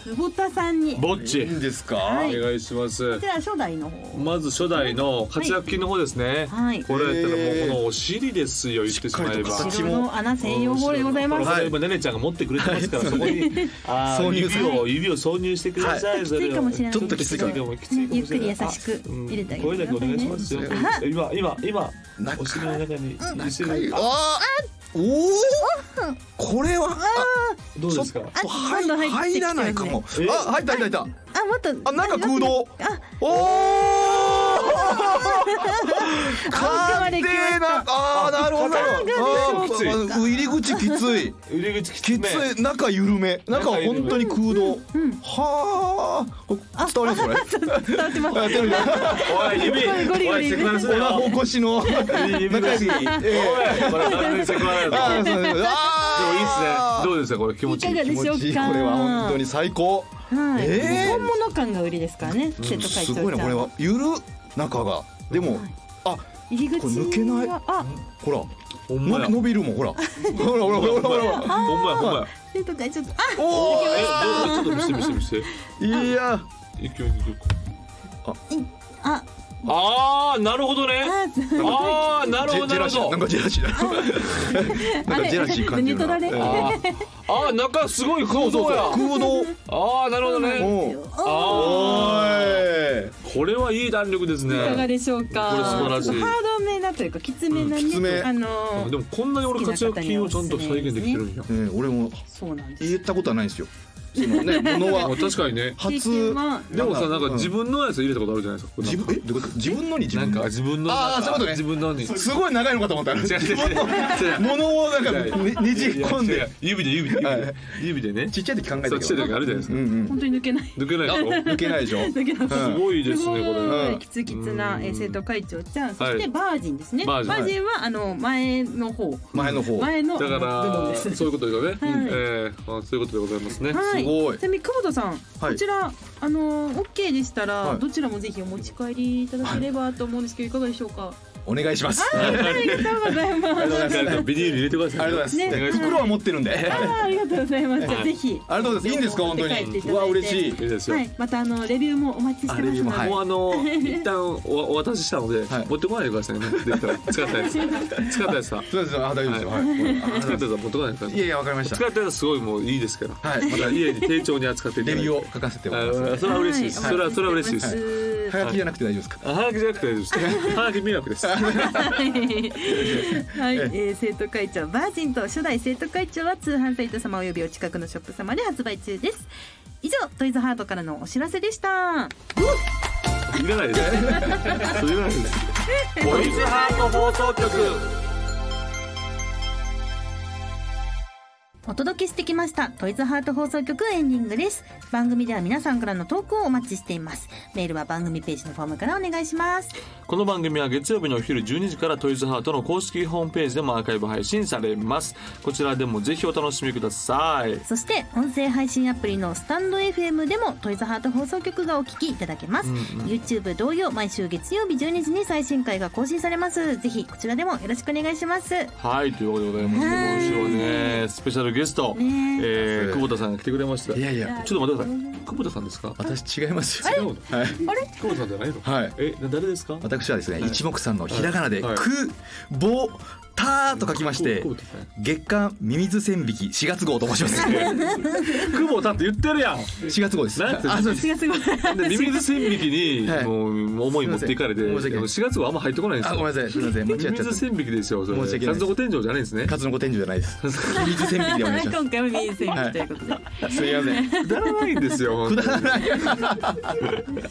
[SPEAKER 5] 久保田さんに
[SPEAKER 2] ぼっち
[SPEAKER 4] いいんですか。
[SPEAKER 2] お願いします
[SPEAKER 1] こちら初代の方
[SPEAKER 2] まず初代の活躍金の方ですね、
[SPEAKER 1] はい
[SPEAKER 2] これやったらもうこのお尻ですよ言ってしまえば
[SPEAKER 4] しっかりと形
[SPEAKER 1] 後ろの穴専用ホールでございます
[SPEAKER 2] これ今ねねちゃんが持ってくれてますから、そこにあー
[SPEAKER 4] 挿入する
[SPEAKER 2] 指を指を挿入してください、そ
[SPEAKER 1] きつ
[SPEAKER 2] れ
[SPEAKER 1] い
[SPEAKER 2] を
[SPEAKER 1] かもしれない
[SPEAKER 4] ちょっときついかも
[SPEAKER 2] ちょっときついかも
[SPEAKER 1] ゆっ
[SPEAKER 2] し
[SPEAKER 1] く
[SPEAKER 2] れ
[SPEAKER 1] り
[SPEAKER 2] な
[SPEAKER 1] 優
[SPEAKER 2] い
[SPEAKER 1] しく
[SPEAKER 2] うん
[SPEAKER 1] 入れてあげ
[SPEAKER 2] 声
[SPEAKER 1] て
[SPEAKER 2] だ
[SPEAKER 1] く
[SPEAKER 2] けお
[SPEAKER 1] ださいね
[SPEAKER 2] 願いしますよ
[SPEAKER 4] ね
[SPEAKER 2] 今今今
[SPEAKER 4] 中
[SPEAKER 2] お尻の中に
[SPEAKER 4] 中
[SPEAKER 2] 入れ
[SPEAKER 4] い
[SPEAKER 2] て
[SPEAKER 4] あーおお。これは
[SPEAKER 2] どうですか
[SPEAKER 4] あ
[SPEAKER 1] どんどん
[SPEAKER 4] 入
[SPEAKER 1] 入ってきてますね
[SPEAKER 4] 入らないかも。
[SPEAKER 2] え
[SPEAKER 4] あ入った入った入っ
[SPEAKER 1] あもっと
[SPEAKER 4] た。あなんか空洞。
[SPEAKER 1] あ
[SPEAKER 4] おお。
[SPEAKER 1] まで
[SPEAKER 4] 鑑定
[SPEAKER 1] 来ました
[SPEAKER 4] なあーなるほどなる
[SPEAKER 2] きつ
[SPEAKER 4] ほ
[SPEAKER 2] い
[SPEAKER 4] ど。あー入り口きつい。
[SPEAKER 2] 入り口き
[SPEAKER 4] き
[SPEAKER 2] つ
[SPEAKER 4] つ
[SPEAKER 2] め
[SPEAKER 4] い中緩め中は本当に空洞、はあこれ伝わりますこれ
[SPEAKER 5] 伝わってます
[SPEAKER 4] あやってるじゃん
[SPEAKER 2] おい指
[SPEAKER 5] ゴリゴリ
[SPEAKER 2] おいセクハラ す
[SPEAKER 4] オ
[SPEAKER 2] な
[SPEAKER 4] ナ
[SPEAKER 2] よ
[SPEAKER 4] ホ腰の中
[SPEAKER 2] 指
[SPEAKER 4] 指
[SPEAKER 2] 出し
[SPEAKER 4] ええ
[SPEAKER 2] おいこれ完全にセクハラだ
[SPEAKER 4] あ
[SPEAKER 2] ぞ
[SPEAKER 4] ー
[SPEAKER 2] で
[SPEAKER 4] そ
[SPEAKER 2] もいいっ
[SPEAKER 4] うです
[SPEAKER 2] すね
[SPEAKER 4] あ
[SPEAKER 2] どうですかこれ気持ちいい
[SPEAKER 5] いかが
[SPEAKER 4] ー
[SPEAKER 5] でしょうか
[SPEAKER 4] 気持ちいいこれは本当に最高、
[SPEAKER 5] はい
[SPEAKER 4] え
[SPEAKER 5] 本物感が売りですからね生
[SPEAKER 4] ー、
[SPEAKER 5] 徒会
[SPEAKER 4] す
[SPEAKER 5] 長
[SPEAKER 4] ごいねこれはゆる中がでもあ
[SPEAKER 5] 入り口
[SPEAKER 4] これ抜けない
[SPEAKER 5] はあ
[SPEAKER 4] ほら
[SPEAKER 2] ほんまや
[SPEAKER 4] の伸びるも んほらほらほらほらほら
[SPEAKER 2] ほ
[SPEAKER 4] ほら
[SPEAKER 2] んまやほんまや
[SPEAKER 5] 生徒会長あ
[SPEAKER 4] お
[SPEAKER 2] えどうちょっと見せて見せて見せて
[SPEAKER 4] ーいや
[SPEAKER 2] 一挙にどこ
[SPEAKER 1] あ
[SPEAKER 2] ああなるほどね
[SPEAKER 5] あ
[SPEAKER 2] ああなるほ
[SPEAKER 4] ジ
[SPEAKER 2] ど
[SPEAKER 4] ェジ
[SPEAKER 2] な
[SPEAKER 4] ェ
[SPEAKER 2] る
[SPEAKER 4] ラシ
[SPEAKER 2] ほ
[SPEAKER 4] ー
[SPEAKER 2] ど
[SPEAKER 4] なんかジェラシーだなんかジェラシー感じるな
[SPEAKER 5] あれ
[SPEAKER 4] ええ
[SPEAKER 2] あーあー中すごい空洞や
[SPEAKER 4] 空洞
[SPEAKER 2] ああなるほどね
[SPEAKER 4] おう
[SPEAKER 2] あ
[SPEAKER 4] お
[SPEAKER 2] あこれはいい弾力ですね
[SPEAKER 5] いかがでしょうか
[SPEAKER 2] これ素晴らしい
[SPEAKER 5] ちょっとハードめなというかきつめなね、
[SPEAKER 4] うんきつめ
[SPEAKER 5] あのー
[SPEAKER 2] でもこんなに俺活躍筋をちゃんと再現できてるんや
[SPEAKER 4] い、ね、俺も
[SPEAKER 5] そうなんです
[SPEAKER 4] 言ったことはないんですよそのねものは
[SPEAKER 2] あ確かにね
[SPEAKER 4] 初
[SPEAKER 2] でもさなんか自
[SPEAKER 4] 分
[SPEAKER 2] 分のやつ入れたことあるじゃないですか
[SPEAKER 4] 自分えどういうこと自分のに自
[SPEAKER 2] なん
[SPEAKER 4] 分
[SPEAKER 2] か
[SPEAKER 4] が
[SPEAKER 2] 自分の
[SPEAKER 4] あーそういうことね
[SPEAKER 2] 自分のに
[SPEAKER 4] すごい長いのかと思ったら自分の
[SPEAKER 2] 違う
[SPEAKER 4] ものをなんかねねじ込ん
[SPEAKER 2] いや
[SPEAKER 4] で
[SPEAKER 2] いや指で指で指
[SPEAKER 4] は
[SPEAKER 2] で
[SPEAKER 4] い
[SPEAKER 2] 指でね
[SPEAKER 4] ちっちゃい時考えた
[SPEAKER 2] そうちっちゃい時あるじゃないです
[SPEAKER 4] うん
[SPEAKER 2] か
[SPEAKER 4] うん
[SPEAKER 3] 本当に抜けない。
[SPEAKER 2] 抜けないでしょ
[SPEAKER 4] 抜けないでしょ
[SPEAKER 3] 抜けない。
[SPEAKER 2] すごいですねこ
[SPEAKER 3] す
[SPEAKER 2] れ
[SPEAKER 3] ご
[SPEAKER 4] うん
[SPEAKER 3] いキツキツなえー生徒会長ちゃん、そ
[SPEAKER 2] は
[SPEAKER 3] し
[SPEAKER 2] い
[SPEAKER 3] てバージンですね。
[SPEAKER 2] バ
[SPEAKER 3] バ
[SPEAKER 2] ー
[SPEAKER 3] ー
[SPEAKER 2] ジ
[SPEAKER 3] ジ
[SPEAKER 2] ン
[SPEAKER 3] ンはあの前の方、
[SPEAKER 4] 前の方
[SPEAKER 3] 前の
[SPEAKER 2] だ
[SPEAKER 3] 部
[SPEAKER 2] か
[SPEAKER 3] 門
[SPEAKER 2] ら
[SPEAKER 3] です。
[SPEAKER 2] そういうことですよね
[SPEAKER 3] はい
[SPEAKER 2] えーまあそういうことでございますね
[SPEAKER 3] はい。
[SPEAKER 4] すごい
[SPEAKER 3] ちなみに久保田さん、こちらあのー OK でしたら、
[SPEAKER 4] はい
[SPEAKER 3] どちらもぜひお持ち帰りいただければと思うんですけどいかがでしょうか。
[SPEAKER 4] お願いしますあ
[SPEAKER 3] ありがとうございま
[SPEAKER 4] りがとうございます
[SPEAKER 2] ビニール入れてくだ
[SPEAKER 4] あ
[SPEAKER 2] さい
[SPEAKER 4] りがとうございます
[SPEAKER 2] ね
[SPEAKER 4] 袋は持ってるんで
[SPEAKER 3] す。あーありがとうございます。じゃあぜひ。
[SPEAKER 4] ありがとうございますいいんですか本当
[SPEAKER 3] 持って帰って
[SPEAKER 4] に
[SPEAKER 3] いただいて
[SPEAKER 4] うわ嬉しい
[SPEAKER 2] いいですよ
[SPEAKER 3] はい、またあのレビューもお待ちし
[SPEAKER 2] あ
[SPEAKER 3] て
[SPEAKER 2] れ
[SPEAKER 3] ますの
[SPEAKER 2] も
[SPEAKER 3] で。
[SPEAKER 2] うあの一旦おお渡ししたので
[SPEAKER 4] はい
[SPEAKER 2] 持ってこないでくださいねできたら使ったやつ使ったやつさ
[SPEAKER 4] そうですあ大丈夫ですよ
[SPEAKER 2] は
[SPEAKER 4] はい
[SPEAKER 2] 使ったやつは持ってこないでくださ
[SPEAKER 4] いや
[SPEAKER 2] い
[SPEAKER 4] いやわかりまし
[SPEAKER 2] 使
[SPEAKER 4] た
[SPEAKER 2] ったやつすごいもういいですから
[SPEAKER 4] はいま
[SPEAKER 2] ま
[SPEAKER 4] た
[SPEAKER 2] た
[SPEAKER 4] レ
[SPEAKER 2] 家に丁重に扱っていただい
[SPEAKER 4] ビ
[SPEAKER 2] て
[SPEAKER 4] ューを書かせてもらいます
[SPEAKER 2] あそれは嬉しいです。
[SPEAKER 3] は
[SPEAKER 2] それはそれは嬉しいで
[SPEAKER 3] お待
[SPEAKER 2] す。
[SPEAKER 3] ち
[SPEAKER 4] はがきじゃなくて大丈夫ですか
[SPEAKER 2] あはがきじゃなくて大丈夫です。はがき迷惑です。
[SPEAKER 3] してますはい、はいえー生徒会長バージンと初代生徒会長は通販サイト様およびお近くのショップ様で発売中です。以上トイズハートからのお知らせでした。
[SPEAKER 2] いらないです。それいらないです。ボイズハート放送局。
[SPEAKER 3] お届けしてきましたトイズハート放送局エンディングです番組では皆さんからの投稿をお待ちしていますメールは番組ページのフォームからお願いします
[SPEAKER 2] この番組は月曜日のお昼12時からトイズハートの公式ホームページでもアーカイブ配信されます。こちらでもぜひお楽しみください。
[SPEAKER 3] そして音声配信アプリのスタンド FM でもトイズハート放送局がお聞きいただけます、
[SPEAKER 2] うんうん
[SPEAKER 3] YouTube 同様毎週月曜日12時に最新回が更新されますぜひこちらでもよろしくお願いします
[SPEAKER 2] はい、ということでございます。
[SPEAKER 3] はい
[SPEAKER 2] 今週はね、スペシャルゲスト、え
[SPEAKER 3] ね
[SPEAKER 2] ー久保田さんが来てくれました。
[SPEAKER 4] いやい
[SPEAKER 2] ち
[SPEAKER 4] や
[SPEAKER 2] ょっと待ってください。久保田さんですか。
[SPEAKER 4] 私違います
[SPEAKER 2] 違う
[SPEAKER 4] よ
[SPEAKER 2] の。
[SPEAKER 4] はい
[SPEAKER 2] 久保田さんじゃないの。
[SPEAKER 4] はい
[SPEAKER 2] え、な誰ですか。
[SPEAKER 4] 私はですね
[SPEAKER 2] はい
[SPEAKER 4] 一目散のひらがなで
[SPEAKER 2] はい
[SPEAKER 4] くぼたと書きまして
[SPEAKER 2] 久保田さん
[SPEAKER 4] 月刊ミミズ線引き4月号と申し ます。
[SPEAKER 2] 久保田って言ってるやん。
[SPEAKER 4] 4月号です。
[SPEAKER 2] なんて
[SPEAKER 4] あそうです。
[SPEAKER 3] 4月号
[SPEAKER 2] でミミズ線引きに、
[SPEAKER 4] はい
[SPEAKER 2] もう思い持っていかれて、
[SPEAKER 4] すいません申し訳な
[SPEAKER 2] 4
[SPEAKER 4] い
[SPEAKER 2] 月はあんま入ってこないんです
[SPEAKER 4] あ
[SPEAKER 2] よ。
[SPEAKER 4] ごめんなさい。すみません。間違っちゃ
[SPEAKER 2] ミミズ
[SPEAKER 4] っ
[SPEAKER 2] 線引きですよ。それ
[SPEAKER 4] 申し訳ないです
[SPEAKER 2] 山賊天井じゃないんですね
[SPEAKER 4] た。。カツノコ天井じゃないです。ミミズ線引きでお願い しま
[SPEAKER 3] 今回はミー選
[SPEAKER 4] は
[SPEAKER 3] 手
[SPEAKER 4] い
[SPEAKER 3] ということで、
[SPEAKER 4] す。すみません。
[SPEAKER 2] くだらないんですよ。くだらない。
[SPEAKER 4] ありがとうござ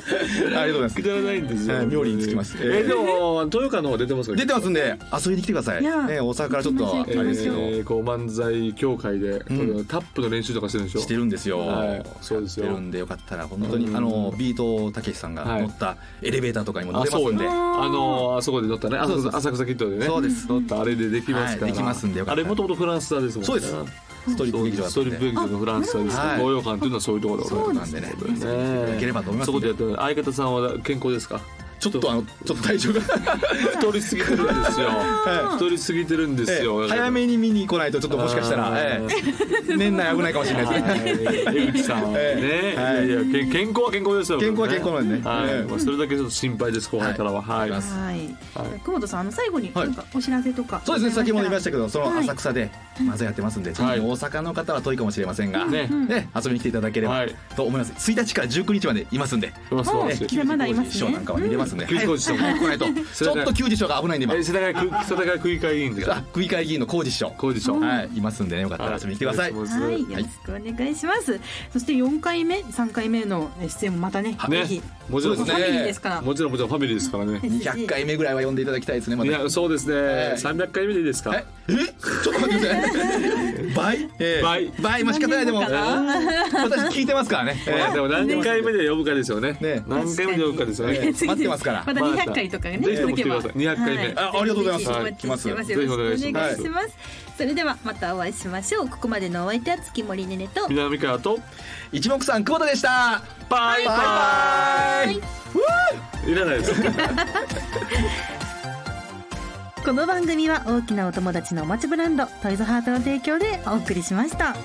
[SPEAKER 4] います
[SPEAKER 2] く。だらないんですよ。
[SPEAKER 4] はい妙利に尽きます
[SPEAKER 2] えー
[SPEAKER 4] えー
[SPEAKER 2] でも豊川の方出てますか。
[SPEAKER 4] 出てますんで遊びに来てください。
[SPEAKER 3] いや
[SPEAKER 4] ね大阪からちょっとあ
[SPEAKER 3] 行
[SPEAKER 4] れ
[SPEAKER 3] きましょう
[SPEAKER 4] ですけど
[SPEAKER 2] えーこう漫才協会で、
[SPEAKER 4] ん
[SPEAKER 2] このタップの練習とかしてるんでしょ。
[SPEAKER 4] してるんですよ
[SPEAKER 2] はい。そうですよ
[SPEAKER 4] やってるんでよかったら本当に
[SPEAKER 2] うん
[SPEAKER 4] あのビートたけしさんが乗ったエレベーターとかにも乗
[SPEAKER 2] あ、
[SPEAKER 4] れま
[SPEAKER 2] そ
[SPEAKER 4] す
[SPEAKER 2] うんね。
[SPEAKER 4] で。
[SPEAKER 2] あのあそこで乗ったね。
[SPEAKER 4] そうそう
[SPEAKER 2] 浅浅草キッドでね。
[SPEAKER 4] そうです
[SPEAKER 2] 乗ったあれでできますから。
[SPEAKER 4] はいできますんでよか
[SPEAKER 2] あ
[SPEAKER 4] った
[SPEAKER 2] れ
[SPEAKER 4] ら
[SPEAKER 2] もともとフランス座ですもんね。
[SPEAKER 4] そうですストリップ劇場だ
[SPEAKER 2] ス
[SPEAKER 4] っ
[SPEAKER 2] トリ
[SPEAKER 4] たん
[SPEAKER 2] ップ
[SPEAKER 4] で。
[SPEAKER 2] 劇場のフランス座ですから。
[SPEAKER 4] はい
[SPEAKER 2] 東洋館というのはそういうところでございます
[SPEAKER 4] そうなんでね。い
[SPEAKER 2] ね
[SPEAKER 4] ただければと思いま
[SPEAKER 2] そ
[SPEAKER 4] すん
[SPEAKER 2] こで
[SPEAKER 4] で。
[SPEAKER 2] やってる相方さんは健康ですか
[SPEAKER 4] ちょっとあのちょっと体調が
[SPEAKER 2] 太りすぎてるんですよ
[SPEAKER 4] は
[SPEAKER 2] 太りすぎてるん です
[SPEAKER 4] え
[SPEAKER 2] よ、
[SPEAKER 4] え 早めに見に来ないとちょっともしかした
[SPEAKER 2] あ
[SPEAKER 4] ら
[SPEAKER 2] ー
[SPEAKER 4] え え年内危ないかもしれないですね。
[SPEAKER 2] はい江口さんはね、
[SPEAKER 4] ええはい
[SPEAKER 2] いやいやけ健康は健康ですよ
[SPEAKER 4] 健康は健康なんでね
[SPEAKER 2] はい
[SPEAKER 4] ええ
[SPEAKER 2] まあ、それだけちょっと心配です後輩からははい、
[SPEAKER 4] は
[SPEAKER 3] は
[SPEAKER 4] い
[SPEAKER 3] い、
[SPEAKER 2] はい
[SPEAKER 3] 久保田さんあの最後になんかお知らせとか、
[SPEAKER 4] そうですね先ほど言いました
[SPEAKER 3] け
[SPEAKER 4] けどその
[SPEAKER 3] はい
[SPEAKER 4] 浅草でまずやってますんで、
[SPEAKER 2] はい
[SPEAKER 4] 大阪の方は遠いかもしれませんが、
[SPEAKER 2] ね
[SPEAKER 4] ね、遊びに来ていただけれ
[SPEAKER 2] は
[SPEAKER 4] ば
[SPEAKER 2] い
[SPEAKER 4] と思います1日から19日までいますんで、
[SPEAKER 2] まあそうなん
[SPEAKER 4] ね
[SPEAKER 2] ですよ
[SPEAKER 3] きれいまだいますね
[SPEAKER 4] ショーなんかは見れま
[SPEAKER 2] う
[SPEAKER 4] すんで、
[SPEAKER 2] ん給仕師匠
[SPEAKER 4] 早く来ないと ちょっと給仕師匠が危ないんで今
[SPEAKER 2] え世田谷区世田谷区議会議員ですか
[SPEAKER 4] あ区議会議員の工事師匠
[SPEAKER 2] こうでしょう
[SPEAKER 4] はいいますんでねよかったら遊びに来てください、
[SPEAKER 2] はい
[SPEAKER 3] はい、よ
[SPEAKER 4] は
[SPEAKER 3] ろしくお願いします。そして四回目、三回目の出演もまたね、
[SPEAKER 2] ね
[SPEAKER 3] ぜひ。
[SPEAKER 2] もちろんです
[SPEAKER 3] ファミリー
[SPEAKER 2] ね
[SPEAKER 3] ですから
[SPEAKER 2] もちろんもちろんファミリーですからね
[SPEAKER 4] 200回目ぐらいは呼んでいただきたいですねま
[SPEAKER 2] い
[SPEAKER 4] た
[SPEAKER 2] やそうですね、
[SPEAKER 4] はい
[SPEAKER 2] 300回目でいいですか、
[SPEAKER 4] ええちょっと待ってくださ い倍、ええ
[SPEAKER 2] 倍
[SPEAKER 4] 倍まあ仕方ないでも
[SPEAKER 3] 何
[SPEAKER 4] 私聞いてますからね、え
[SPEAKER 2] いやでも何回目で呼ぶかですよね
[SPEAKER 4] ね
[SPEAKER 2] 何回目で呼ぶかですよね
[SPEAKER 4] え待ってますから
[SPEAKER 3] また200回とかがね、
[SPEAKER 2] ぜひとも
[SPEAKER 3] 続けば
[SPEAKER 2] 来てください200回目
[SPEAKER 4] あありがとうございます
[SPEAKER 3] ぜひお待ちしてます。よろしくお願いし
[SPEAKER 2] は
[SPEAKER 3] ま
[SPEAKER 2] い
[SPEAKER 3] す。
[SPEAKER 2] ぜひお
[SPEAKER 3] それではまたお会いしましょう。ここまでのお相手は月森ねねと。
[SPEAKER 2] 南川と
[SPEAKER 4] 一目散久保田でした
[SPEAKER 2] バイ
[SPEAKER 4] バイバイ
[SPEAKER 2] イいらないです
[SPEAKER 3] この番組は大きなお友達のおもちゃブランドトイズハートの提供でお送りしました。